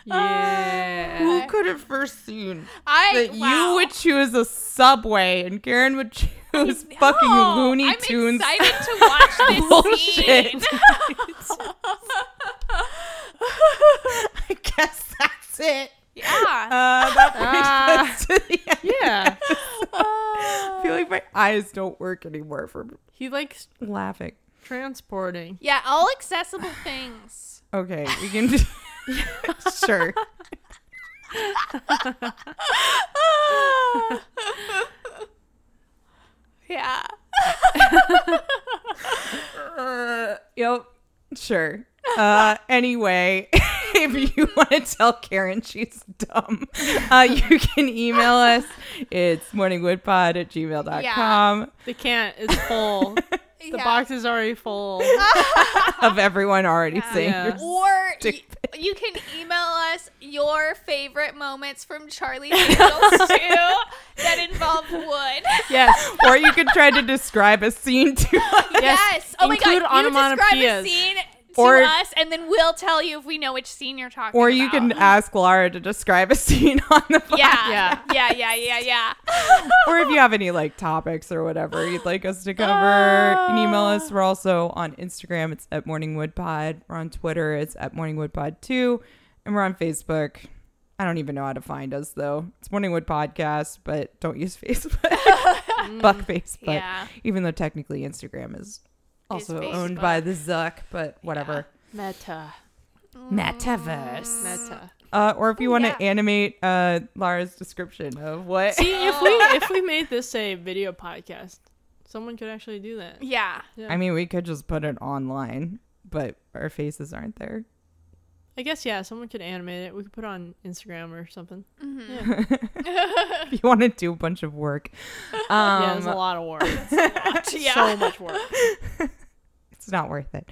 [SPEAKER 1] Yeah.
[SPEAKER 2] Who could have foreseen
[SPEAKER 3] I
[SPEAKER 2] that
[SPEAKER 3] wow.
[SPEAKER 2] you would choose a subway and Karen would choose fucking
[SPEAKER 3] No,
[SPEAKER 2] Looney
[SPEAKER 3] I'm
[SPEAKER 2] Tunes?
[SPEAKER 3] excited to watch this scene.
[SPEAKER 2] Bullshit. I guess that's it.
[SPEAKER 3] Yeah.
[SPEAKER 2] Uh,
[SPEAKER 1] Ah.
[SPEAKER 2] that brings us to the end.
[SPEAKER 1] yeah.
[SPEAKER 2] I feel like my eyes don't work anymore from
[SPEAKER 1] He likes
[SPEAKER 2] laughing.
[SPEAKER 1] transporting.
[SPEAKER 3] yeah, all accessible things.
[SPEAKER 2] Okay, we can. Just- sure.
[SPEAKER 3] yeah.
[SPEAKER 2] Uh, yep. Sure. Uh, anyway, if you want to tell Karen she's dumb, uh, you can email us. It's morningwoodpod at gmail.com.
[SPEAKER 1] They can't. It's full. the
[SPEAKER 3] yeah.
[SPEAKER 1] box is already full.
[SPEAKER 2] Of everyone already saying
[SPEAKER 1] Yeah.
[SPEAKER 2] you're
[SPEAKER 3] Or y-
[SPEAKER 2] Stupid.
[SPEAKER 3] you can email us your favorite moments from Charlie's Angels too that involve wood.
[SPEAKER 1] Yes.
[SPEAKER 2] or you could try to describe a scene to us.
[SPEAKER 3] Yes. Oh my
[SPEAKER 1] include
[SPEAKER 3] god. You describe a
[SPEAKER 1] onomatopoeias.
[SPEAKER 3] scene to
[SPEAKER 2] Or-
[SPEAKER 3] us, and then we'll tell you if we know which scene you're talking.
[SPEAKER 2] Or you can
[SPEAKER 3] about.
[SPEAKER 2] ask Laura to describe a scene on the podcast.
[SPEAKER 3] Yeah.
[SPEAKER 1] Yeah.
[SPEAKER 3] Yeah. Yeah. Yeah. Yeah.
[SPEAKER 2] or if you have any like topics or whatever you'd like us to cover, you can email us. We're also on Instagram. It's at MorningWoodPod. We're on Twitter. It's at MorningWoodPod2. And we're on Facebook. I don't even know how to find us though. It's Morningwood Podcast, but don't use Facebook. Buckface. But
[SPEAKER 3] Yeah.
[SPEAKER 2] even though technically Instagram is also
[SPEAKER 3] Facebook.
[SPEAKER 2] owned by the Zuck, but whatever.
[SPEAKER 1] Meta.
[SPEAKER 2] Metaverse.
[SPEAKER 1] Meta.
[SPEAKER 2] Uh, or if you want to
[SPEAKER 3] Mm. yeah.
[SPEAKER 2] animate uh, Lara's description of what.
[SPEAKER 1] See, if we if we made this a video podcast, someone could actually do that.
[SPEAKER 3] Yeah.
[SPEAKER 1] Yeah.
[SPEAKER 2] I mean, we could just put it online, but our faces aren't there.
[SPEAKER 1] I guess yeah, someone could animate it. We could put it on Instagram or something.
[SPEAKER 2] If you want to do a bunch of work, um,
[SPEAKER 1] yeah, it's a lot of work.
[SPEAKER 3] Yeah.
[SPEAKER 1] So much work.
[SPEAKER 2] it's not worth it.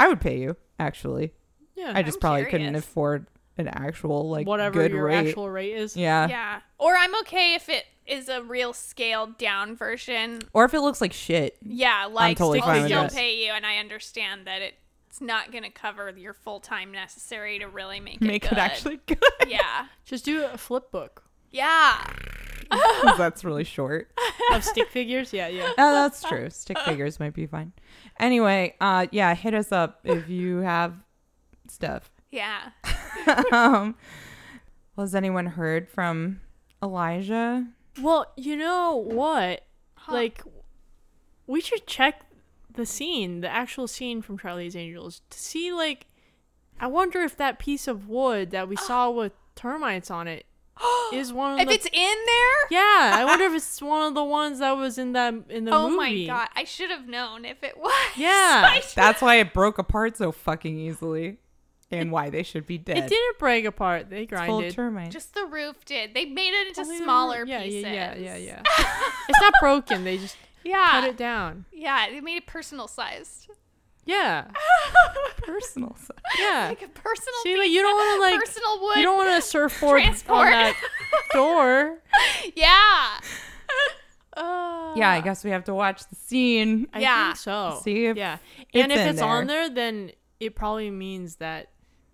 [SPEAKER 2] I would pay you, actually.
[SPEAKER 1] Yeah.
[SPEAKER 2] I just
[SPEAKER 3] I'm
[SPEAKER 2] probably couldn't
[SPEAKER 3] curious.
[SPEAKER 2] afford an actual, like,
[SPEAKER 1] Whatever
[SPEAKER 2] good
[SPEAKER 1] your
[SPEAKER 2] rate.
[SPEAKER 1] actual rate is.
[SPEAKER 2] yeah.
[SPEAKER 3] yeah. Or I'm okay if it is a real scaled down version.
[SPEAKER 2] Or if it looks like shit.
[SPEAKER 3] Yeah, like
[SPEAKER 2] totally
[SPEAKER 3] I'll
[SPEAKER 1] fine with
[SPEAKER 3] still
[SPEAKER 1] that.
[SPEAKER 3] pay you and I understand that it it's not going to cover your full time necessary to really make it
[SPEAKER 2] Make
[SPEAKER 3] good.
[SPEAKER 2] it actually good.
[SPEAKER 3] Yeah.
[SPEAKER 1] Just do a flip book
[SPEAKER 3] Yeah.
[SPEAKER 2] 'Cause that's really short.
[SPEAKER 1] of stick figures. Yeah, yeah.
[SPEAKER 2] Oh, that's true. Stick figures might be fine. Anyway, uh, yeah, hit us up if you have stuff.
[SPEAKER 3] Yeah.
[SPEAKER 2] um, well, has anyone heard from Elijah?
[SPEAKER 1] Well, you know what? Like, we should check the scene, the actual scene from Charlie's Angels, to see, like, I wonder if that piece of wood that we saw with termites on it is one of
[SPEAKER 3] Ah. If
[SPEAKER 1] the.
[SPEAKER 3] it's in there?
[SPEAKER 1] yeah, I wonder if it's one of the ones that was in that in the
[SPEAKER 3] Oh
[SPEAKER 1] movie.
[SPEAKER 3] my god, I should have known if it was.
[SPEAKER 1] Yeah.
[SPEAKER 3] I should-
[SPEAKER 2] That's why it broke apart so fucking easily, and why they should be dead.
[SPEAKER 1] It didn't break apart. They
[SPEAKER 2] Full
[SPEAKER 1] grinded.
[SPEAKER 2] termites.
[SPEAKER 3] just the roof did. They made it into
[SPEAKER 1] Only the-
[SPEAKER 3] smaller
[SPEAKER 1] yeah,
[SPEAKER 3] pieces.
[SPEAKER 1] Yeah, yeah, yeah, yeah. it's not broken. They just
[SPEAKER 3] Yeah.
[SPEAKER 1] cut it down.
[SPEAKER 3] Yeah, they made it personal sized.
[SPEAKER 1] Yeah,
[SPEAKER 2] personal. side.
[SPEAKER 1] yeah.
[SPEAKER 3] Like a personal
[SPEAKER 1] See, like you don't want to like
[SPEAKER 3] personal wood.
[SPEAKER 1] you don't want to surfboard on
[SPEAKER 3] transport.
[SPEAKER 1] that door.
[SPEAKER 3] yeah.
[SPEAKER 1] Uh,
[SPEAKER 2] Yeah, I guess we have to watch the scene.
[SPEAKER 1] I
[SPEAKER 3] Yeah.
[SPEAKER 1] think so.
[SPEAKER 2] See if
[SPEAKER 1] yeah, and
[SPEAKER 2] it's
[SPEAKER 1] if
[SPEAKER 2] in
[SPEAKER 1] it's on there, then it probably means that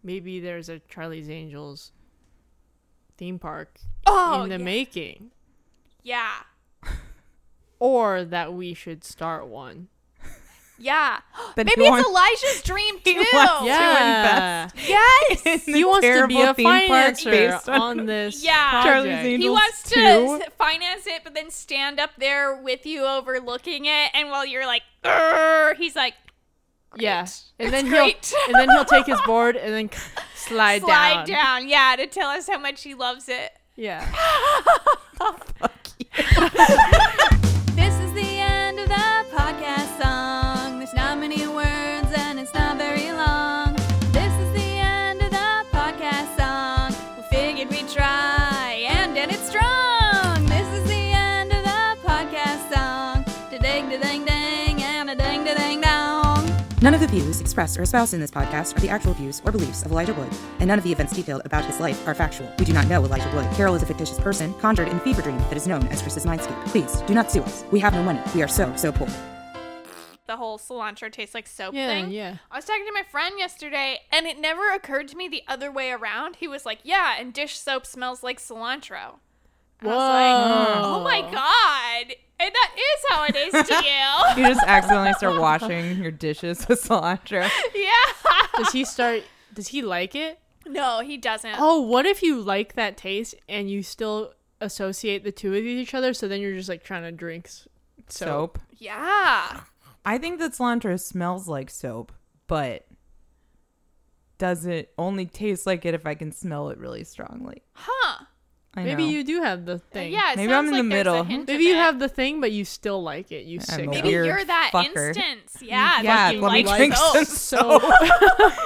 [SPEAKER 1] maybe there's a Charlie's Angels theme park
[SPEAKER 3] Oh,
[SPEAKER 1] in the
[SPEAKER 3] yeah.
[SPEAKER 1] making,
[SPEAKER 3] yeah.
[SPEAKER 1] or that we should start one.
[SPEAKER 3] Yeah.
[SPEAKER 2] That
[SPEAKER 3] Maybe
[SPEAKER 2] you want-
[SPEAKER 3] it's Elijah's dream too.
[SPEAKER 2] wants to-
[SPEAKER 1] Yeah,
[SPEAKER 3] Yes.
[SPEAKER 2] In
[SPEAKER 1] he
[SPEAKER 2] the
[SPEAKER 1] wants to be
[SPEAKER 2] terrible
[SPEAKER 1] a
[SPEAKER 2] theme park
[SPEAKER 1] financer
[SPEAKER 2] based
[SPEAKER 1] on,
[SPEAKER 2] on-
[SPEAKER 1] this.
[SPEAKER 3] Yeah.
[SPEAKER 1] project.
[SPEAKER 2] Charlie's Angels.
[SPEAKER 3] He wants to
[SPEAKER 2] too.
[SPEAKER 3] s- finance it, but then stand up there with you overlooking it, and while you're like, "Grr," he's like,
[SPEAKER 1] Yeah, and then
[SPEAKER 3] great.
[SPEAKER 1] he'll and then he'll take his board and then slide,
[SPEAKER 3] slide down. Yeah, to tell us how much he loves it.
[SPEAKER 1] Yeah.
[SPEAKER 3] This is the end of the podcast song. There's not many words and it's not very long. This is the end of the podcast song. We figured we'd try and end it strong. This is the end of the podcast song. Da ding da ding ding and a ding da ding dong.
[SPEAKER 5] None of the views expressed or espoused in this podcast are the actual views or beliefs of Elijah Wood, and none of the events detailed about his life are factual. We do not know Elijah Wood. Carol is a fictitious person conjured in a fever dream that is known as Chris's Mindscape. Please do not sue us. We have no money. We are so, so poor.
[SPEAKER 3] the whole cilantro tastes like soap
[SPEAKER 1] Yeah,
[SPEAKER 3] thing.
[SPEAKER 1] yeah.
[SPEAKER 3] I was talking to my friend yesterday, and it never occurred to me the other way around. He was like, "Yeah, and dish soap smells like cilantro." And I was like, "Oh my god!" And that is how it is to
[SPEAKER 2] You just accidentally start washing your dishes with cilantro.
[SPEAKER 3] you. yeah.
[SPEAKER 1] Does he start? Does he like it?
[SPEAKER 3] No, he doesn't.
[SPEAKER 1] Oh, what if you like that taste and you still associate the two of each other? So then you're just like trying to drink s- soap.
[SPEAKER 2] Soap.
[SPEAKER 3] Yeah.
[SPEAKER 2] I think that cilantro smells like soap, but does it only taste like it if I can smell it really strongly?
[SPEAKER 3] Huh.
[SPEAKER 2] I
[SPEAKER 1] Maybe
[SPEAKER 2] know.
[SPEAKER 1] you do have the thing.
[SPEAKER 3] Yeah. It
[SPEAKER 2] Maybe
[SPEAKER 3] sounds
[SPEAKER 2] I'm in
[SPEAKER 3] like
[SPEAKER 2] the
[SPEAKER 3] there's a
[SPEAKER 2] middle.
[SPEAKER 3] hint
[SPEAKER 1] Maybe
[SPEAKER 3] of
[SPEAKER 1] you
[SPEAKER 3] it.
[SPEAKER 1] have the thing, but you still like it. You
[SPEAKER 2] I'm
[SPEAKER 1] sick.
[SPEAKER 2] a
[SPEAKER 1] of
[SPEAKER 3] Maybe
[SPEAKER 1] it.
[SPEAKER 2] weird
[SPEAKER 3] you're that
[SPEAKER 2] fucker.
[SPEAKER 3] instance.
[SPEAKER 2] Yeah,
[SPEAKER 3] Yeah. that you
[SPEAKER 2] let me
[SPEAKER 3] like
[SPEAKER 2] drink
[SPEAKER 3] soap.
[SPEAKER 2] some soap.